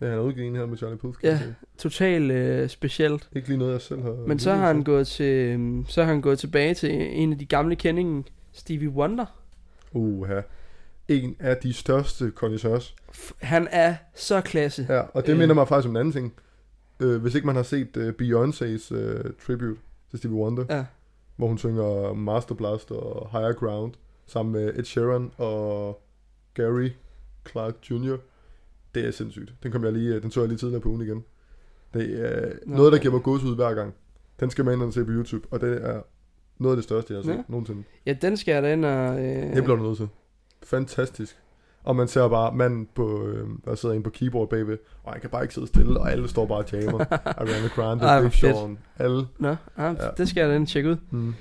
S2: Ja, han har udgivet en her med Charlie Puth. kan
S1: Ja.
S2: jeg se.
S1: Totalt øh, specielt.
S2: Ikke lige noget, jeg selv har...
S1: Men så har han gået til, øh, så har han gået tilbage til en af de gamle kendingen, Stevie Wonder.
S2: Uha. en af de største connoisseurs.
S1: F- Han er så klasse.
S2: Ja, og det
S1: Øh.
S2: øh. minder mig faktisk om en anden ting. Øh, hvis ikke man har set øh, Beyoncé's øh, tribute til Stevie Wonder,
S1: Ja.
S2: hvor hun synger Master Blast og Higher Ground, sammen med Ed Sheeran og Gary Clark Jr. Det er sindssygt. Den, kom jeg lige, øh, den så jeg lige tidligere på ugen igen. Det er
S1: Nå.
S2: Nå, noget, der giver mig ud hver gang. Den skal man ind og se på YouTube, og det er noget af det største, jeg har set
S1: Ja.
S2: ja. nogensinde.
S1: ja, den skal jeg da ind og... Øh,
S2: Det bliver du nødt til. Fantastisk. Og man ser bare manden, på, øh, der sidder inde på keyboard bagved, og han kan bare ikke sidde stille, og alle står bare og jammer. Ariana Grande,
S1: Ej,
S2: Ej,
S1: hvor
S2: Big
S1: fedt.
S2: Sean, alle.
S1: Nå, ah, ja.
S2: Ja.
S1: det skal jeg da ind og tjekke ud.
S2: Mm.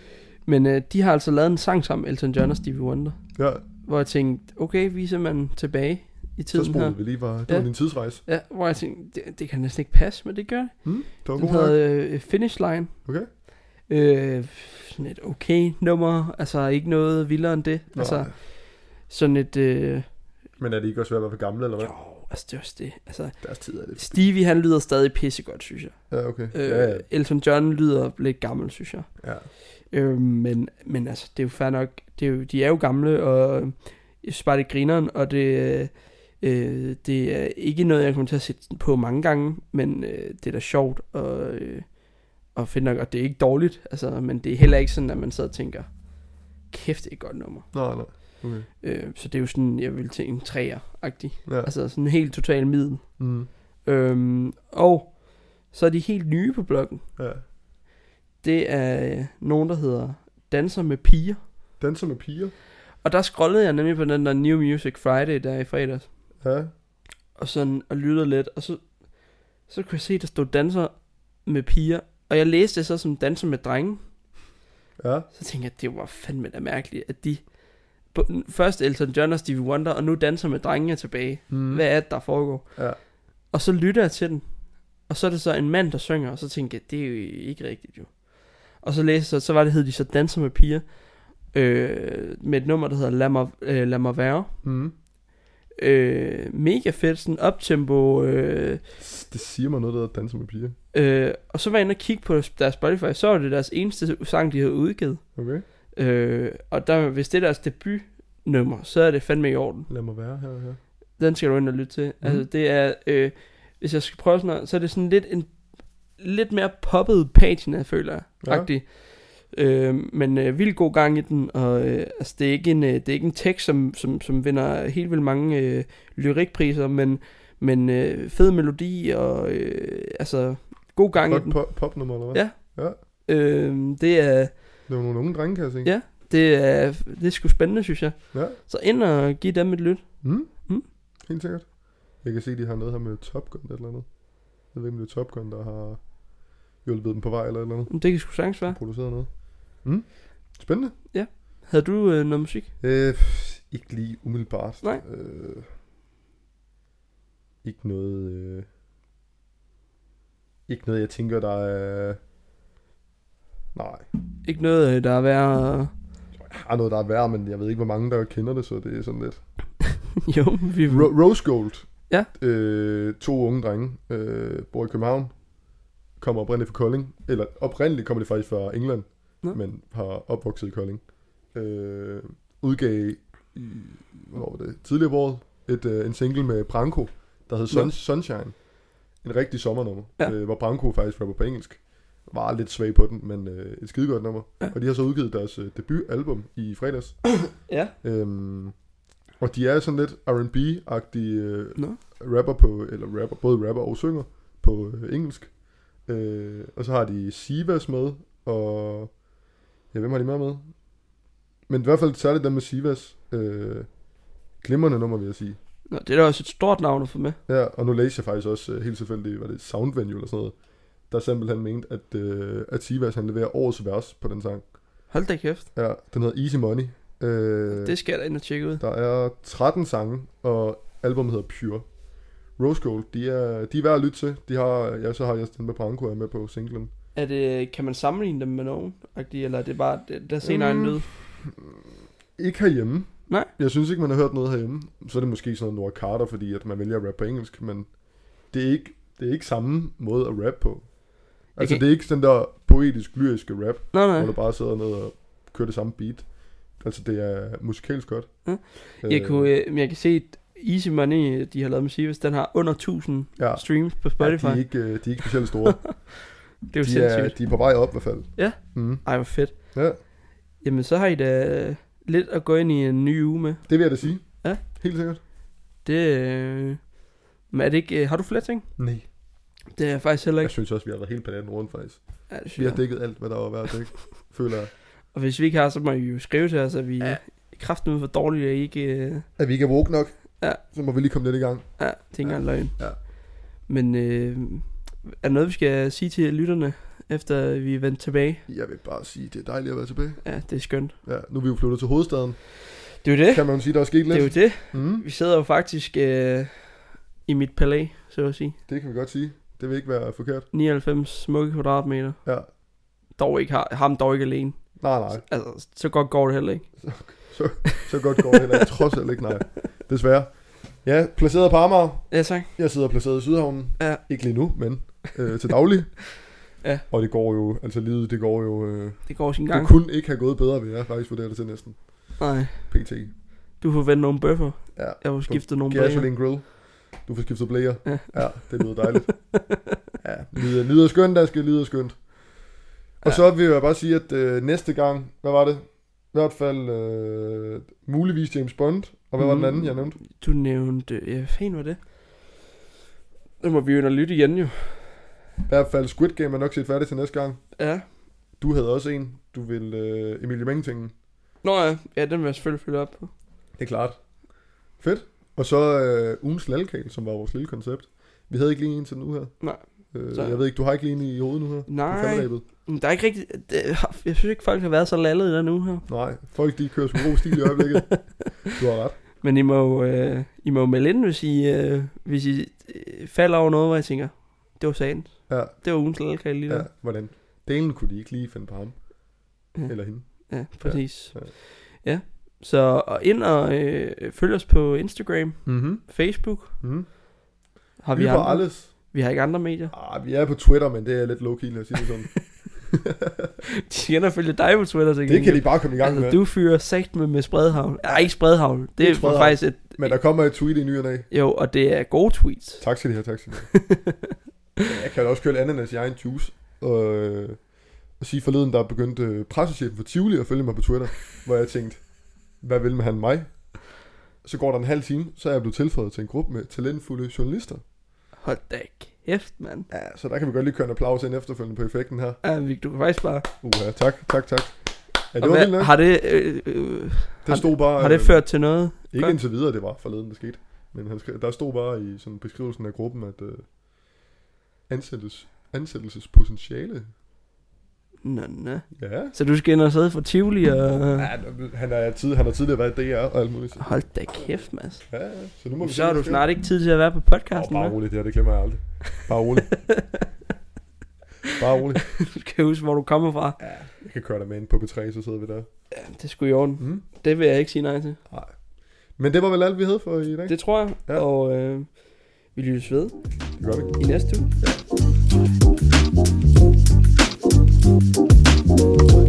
S1: Men øh, de har altså lavet en sang sammen, Elton John og Stevie Wonder.
S2: Ja,
S1: Hvor jeg tænkte, okay, vi er simpelthen tilbage i
S2: så
S1: tiden her.
S2: spurgte vi lige var, det
S1: Ja.
S2: var din tidsrejse.
S1: Ja, hvor jeg tænkte, det, det kan næsten ikke passe, men det gør det.
S2: Mm, det var
S1: Den
S2: god havde...
S1: havde øh, Finish Line.
S2: Okay.
S1: Øh, sådan et okay nummer, altså ikke noget vildere end det.
S2: Nå,
S1: Altså sådan et, øh,
S2: Men er det ikke også ved at være for gamle, eller hvad?
S1: jo, altså det er også det. Altså,
S2: Deres tid er det.
S1: Stevie han lyder stadig pissegodt, synes jeg.
S2: Ja, okay.
S1: Øh,
S2: ja, ja.
S1: Elton John lyder lidt gammel, synes jeg.
S2: ja.
S1: Øh, men, men altså, det er jo fair nok. Det er jo, de er jo gamle, og jeg synes bare, det er grineren, og det, øh, det er ikke noget, jeg kommer til at sætte den på mange gange, men øh, det er da sjovt, og, øh, og fedt nok, og det er ikke dårligt, altså, men det er heller ikke sådan, at man sidder og tænker, kæft, det er et godt nummer.
S2: Nej, nej. Okay.
S1: Øh, så det er jo sådan, jeg vil tænke en træer-agtig.
S2: Ja.
S1: Altså sådan en helt total middel.
S2: Mm.
S1: Øhm, og så er de helt nye på bloggen.
S2: ja.
S1: Det er øh, nogen, der hedder Danser med piger.
S2: Danser med piger.
S1: Og der scrollede jeg nemlig på den der New Music Friday der i fredags,
S2: Ja.
S1: og sådan og lyttede lidt, og så, så kunne jeg se, der stod danser med piger, og jeg læste det så som danser med drenge,
S2: Ja.
S1: så tænkte jeg, det var fandme da mærkeligt, at de, på- først Elton John og Stevie Wonder, og nu danser med drenge er tilbage. Mm.
S2: Mm.
S1: Hvad er det, der foregår?
S2: Ja.
S1: Og så lytter jeg til den, og så er det så en mand, der synger, og så tænkte jeg, det er jo ikke rigtigt jo. Og så læste jeg, så var det, hed de så danser med piger, øh, med et nummer, der hedder Lad mig, øh, Lad mig være.
S2: Mm.
S1: øh, mega fedt, sådan optempo, øh,
S2: Det siger mig noget, der hedder danser med piger.
S1: øh, og så var jeg inde og kigge på deres Spotify, så var det deres eneste sang, de havde udgivet,
S2: Okay.
S1: øh, og der, hvis det er deres debutnummer, så er det fandme i orden.
S2: Lad mig være her og her.
S1: Den skal du ind og lytte til.
S2: Mhm.
S1: Mm. Altså, det er, øh, hvis jeg skal prøve sådan noget, så er det sådan lidt en, lidt mere poppet patina, føler jeg,
S2: Ja.
S1: agtig. Øh, men øh, vildt god gang i den Og øh, altså, det, er ikke en, øh, det er ikke en tekst som, som, som vinder helt vildt mange øh, Lyrikpriser Men, men øh, fed melodi Og øh, altså god gang i
S2: Godt
S1: den
S2: pop, popnummer, eller hvad?
S1: Ja. øh, Det er
S2: Det var nogle unge drenge, kan jeg se.
S1: Ja. Det er, det er sgu spændende synes jeg
S2: ja.
S1: Så ind og giv dem et lyt
S2: Mm.
S1: Mm.
S2: Mm. Helt sikkert. Jeg kan se, de har noget her med Top Gun eller et eller andet. Jeg ved ikke, om det er Top Gun, der har hjulpet dem på vej eller et eller andet.
S1: Det kan sgu sagtens være
S2: Produceret noget. Mm. Spændende.
S1: Havde du øh, noget musik?
S2: Øh, pff, ikke lige umiddelbart.
S1: Nej.
S2: Øh, ikke noget... Øh, ikke noget, jeg tænker, der er... Nej.
S1: Ikke noget øh, der er værd at-
S2: Jeg har noget, der er værd, men jeg ved ikke, hvor mange, der kender det, så det er sådan lidt...
S1: Jo vi
S2: Ro- Rose Gold.
S1: Ja.
S2: Øh, to unge drenge øh, bor i København. Kommer oprindeligt fra Kolding. Eller oprindeligt kommer de faktisk fra England.
S1: Nå.
S2: Men har opvokset i Kolding. Øh, udgav i, hvor var det, tidligere på året et, øh, en single med Branko, der hed Sun,
S1: Nå.
S2: Sunshine. En rigtig sommernummer,
S1: Ja.
S2: ja. øh, hvor Branko faktisk rapper på engelsk. Var lidt svag på den, men øh, et skidegodt nummer.
S1: Ja.
S2: Ja. Og de har så udgivet deres øh, debutalbum i fredags.
S1: Ja
S2: Øhm, og de er sådan lidt R&B-agtige øh,
S1: Nå.
S2: rapper på, eller rapper, både rapper og synger på øh, engelsk. Øh, og så har de Sivas med, og ja, hvem har de mere med? Men i hvert fald særligt dem med Sivas. Øh, glimrende nummer, vil jeg sige.
S1: Nå, det er da også et stort navn at få med.
S2: Ja, og nu læste jeg faktisk også øh, helt selvfølgelig, var det Soundvenue eller sådan noget, der simpelthen mente, at, øh, at Sivas han leverer årets vers på den sang.
S1: Hold da kæft.
S2: Ja, den hedder Easy Money. Øh,
S1: Det skal jeg da ind og tjekke ud.
S2: Der er 13 sange, og albumet hedder Pure. Rose Gold, de er, de er værd at lytte til. De har, ja, så har jeg den med Branko er med på singlen.
S1: Er det, kan man sammenligne dem med nogen? Agtig, eller er det bare, det, der er sin
S2: Mm.
S1: egen lyd?
S2: Ikke herhjemme.
S1: Nej.
S2: Jeg synes ikke, man har hørt noget herhjemme. Så er det måske sådan noget Nora Carter, fordi at man vælger at rappe på engelsk, men det er ikke, det er ikke samme måde at rappe på. Altså,
S1: Okay.
S2: det er ikke den der poetisk, lyriske rap,
S1: Nej,
S2: hvor
S1: nej.
S2: du bare sidder ned og kører det samme beat. Altså, det er musikalsk godt.
S1: Ja. Jeg, kunne, øh, men jeg kan se, at Easy Money, de har lavet med Sivas, den har under 1000
S2: ja.
S1: streams på
S2: Ja,
S1: Spotify.
S2: de, er ikke, øh, de er ikke specielt store.
S1: det er jo
S2: de, er,
S1: sindssygt.
S2: de er på vej op i hvert fald.
S1: Ja.
S2: Mm.
S1: Ej, hvor fedt.
S2: ja.
S1: Jamen, så har I da lidt at gå ind i en ny uge med.
S2: Det vil jeg da sige.
S1: Ja.
S2: Helt sikkert.
S1: Det, øh, men er det ikke, øh, har du flere ting?
S2: Nej.
S1: Det er jeg faktisk heller
S2: Jeg
S1: ikke.
S2: synes også, vi har været helt på den rundt, faktisk.
S1: Ja, det synes
S2: Vi har
S1: jeg.
S2: dækket alt, hvad der var værd at dække, føler jeg.
S1: Og hvis vi ikke har, så må I jo skrive til os, at vi ja.
S2: Ja.
S1: er kraften for dårlige, og I ikke... Øh,
S2: At vi ikke er woke nok,
S1: Ja.
S2: så må vi lige komme lidt i gang.
S1: ja, det er ikke engang løgn.
S2: Ja.
S1: Men øh, er der noget, vi skal sige til lytterne, efter vi er vendt tilbage?
S2: Jeg vil bare sige, det er dejligt at være tilbage.
S1: Ja, det er skønt.
S2: Ja, nu er vi jo flyttet til hovedstaden.
S1: Det er jo det.
S2: Kan man jo sige, der er sket
S1: Det er
S2: lidt.
S1: jo det.
S2: Mm,
S1: Vi sidder jo faktisk øh, i mit palæ, så at sige.
S2: det kan vi godt sige. Det vil ikke være forkert.
S1: 99 smukke kvadratmeter.
S2: Ja.
S1: Dog ikke har, ham dog ikke alene.
S2: Nej, nej.
S1: Altså, så godt går det heller ikke.
S2: Så godt går det heller ikke. Trods alt ikke, nej. Desværre. Ja, placeret på Amager.
S1: Ja, tak.
S2: Jeg sidder placeret i Sydhavnen.
S1: Ja.
S2: Ikke lige nu, men øh, til daglig.
S1: Ja.
S2: Og det går jo, altså livet, det går jo... Øh,
S1: Det går sin gang.
S2: det kunne ikke have gået bedre, vil jeg faktisk vurdere det til næsten.
S1: Nej,
S2: PT.
S1: du får vendt nogle bøffer.
S2: Ja.
S1: Jeg har skiftet nogle bøffer.
S2: Gasoline grill. Du får skiftet blære.
S1: Ja.
S2: ja det lyder dejligt. ja, lyder, lyder skønt, der skal lyder skønt. Og
S1: Ja.
S2: ja. så vil jeg bare sige, at øh, næste gang, hvad var det? I hvert fald øh, muligvis James Bond. Og hvad mm. var den anden, jeg nævnte?
S1: Du nævnte... Ja, hvad fanden var det? Nu må vi jo ind og lytte igen jo.
S2: I hvert fald Squid Game er nok set færdig til næste gang.
S1: Ja.
S2: Du havde også en, du vil øh, Emilie Mengtingen.
S1: Nå ja, ja den vil jeg selvfølgelig følge op på.
S2: Det er klart. Fedt. Og så øh, ugens lalkage, som var vores lille koncept. Vi havde ikke lige en til nu her.
S1: Nej.
S2: Øh,
S1: Så-
S2: jeg ved ikke, du har ikke lige en i hovedet nu her?
S1: Nej.
S2: På falderæbet?
S1: Men Der er ikke rigtig... Det, jeg synes ikke, folk har været så lallet i den uge her.
S2: Nej, folk de kører sgu god stil i øjeblikket. Du har ret.
S1: Men I må jo øh, I må jo melde ind, hvis I, øh, hvis I øh, falder over noget, hvor jeg tænker, det var sagen.
S2: Ja,
S1: Det var ugens lalkage lige der.
S2: ja. hvordan? Delen kunne de ikke lige finde på ham.
S1: Ja.
S2: Ja. Eller hende.
S1: Ja, præcis. Ja.
S2: Ja,
S1: ja. Så og ind og øh, følg os på Instagram,
S2: Mhm.
S1: Facebook.
S2: Mhm.
S1: Har vi,
S2: vi har
S1: andre?
S2: alles.
S1: vi har ikke andre medier.
S2: Ah, vi er på Twitter, men det er lidt low-key, lad os sige det sådan.
S1: De skal ind og følge dig på Twitter. til
S2: det kan de
S1: gengæld.
S2: bare komme i gang med.
S1: altså, du fyrer sagt med, med spredhavl. Nej, ikke spredhavl. Det er
S2: Ikke spredhavl.
S1: faktisk et...
S2: Men der kommer et tweet i ny og næ.
S1: Jo, og det er gode tweets.
S2: Tak skal de have, tak skal de have. Ja, jeg kan da også køre lidt ananas i egen juice. Og, øh, og sige forleden, der begyndte øh, pressechefen for Tivoli at følge mig på Twitter, hvor jeg tænkte, hvad vil han mig? Så går der en halv time, så er jeg blevet tilføjet til en gruppe med talentfulde journalister.
S1: Hold da kæft, mand.
S2: Ja, så der kan vi godt lige køre en applaus ind efterfølgende på effekten her.
S1: Ja, Victor, du kan faktisk bare...
S2: Uha, tak, tak, tak. Ja,
S1: Og
S2: det var
S1: hvad-
S2: vildt nok.
S1: Har det, øh, øh,
S2: Der stod bare...
S1: har det
S2: øh,
S1: ført til noget?
S2: Ikke
S1: Godt.
S2: indtil videre, det var forleden, der skete. Men han skrev, der stod bare i sådan beskrivelsen af gruppen, at øh, ansættes, ansættelsespotentiale.
S1: Nå, nå.
S2: Ja.
S1: Så du skal ind og sidde for Tivoli og...
S2: Ja, han, er tid, han har tidligere været i DR og alt muligt. så-
S1: Hold da kæft, Mads.
S2: Ja, ja, så nu må vi
S1: Så har du snart ikke tid til at være på podcasten,
S2: Åh, bare
S1: hva'?
S2: roligt, det her, det glemmer jeg aldrig. Bare roligt. bare roligt.
S1: Du skal huske, hvor du kommer fra.
S2: Jeg kan køre dig med ind på B3, så sidder vi der.
S1: Ja, det skulle i orden.
S2: Mm.
S1: Det vil jeg ikke sige nej til.
S2: Nej. Men det var vel alt, vi havde for i dag?
S1: Det tror jeg.
S2: Ja.
S1: Og øh, vi lyttes ved
S2: det gør vi.
S1: i næste uge.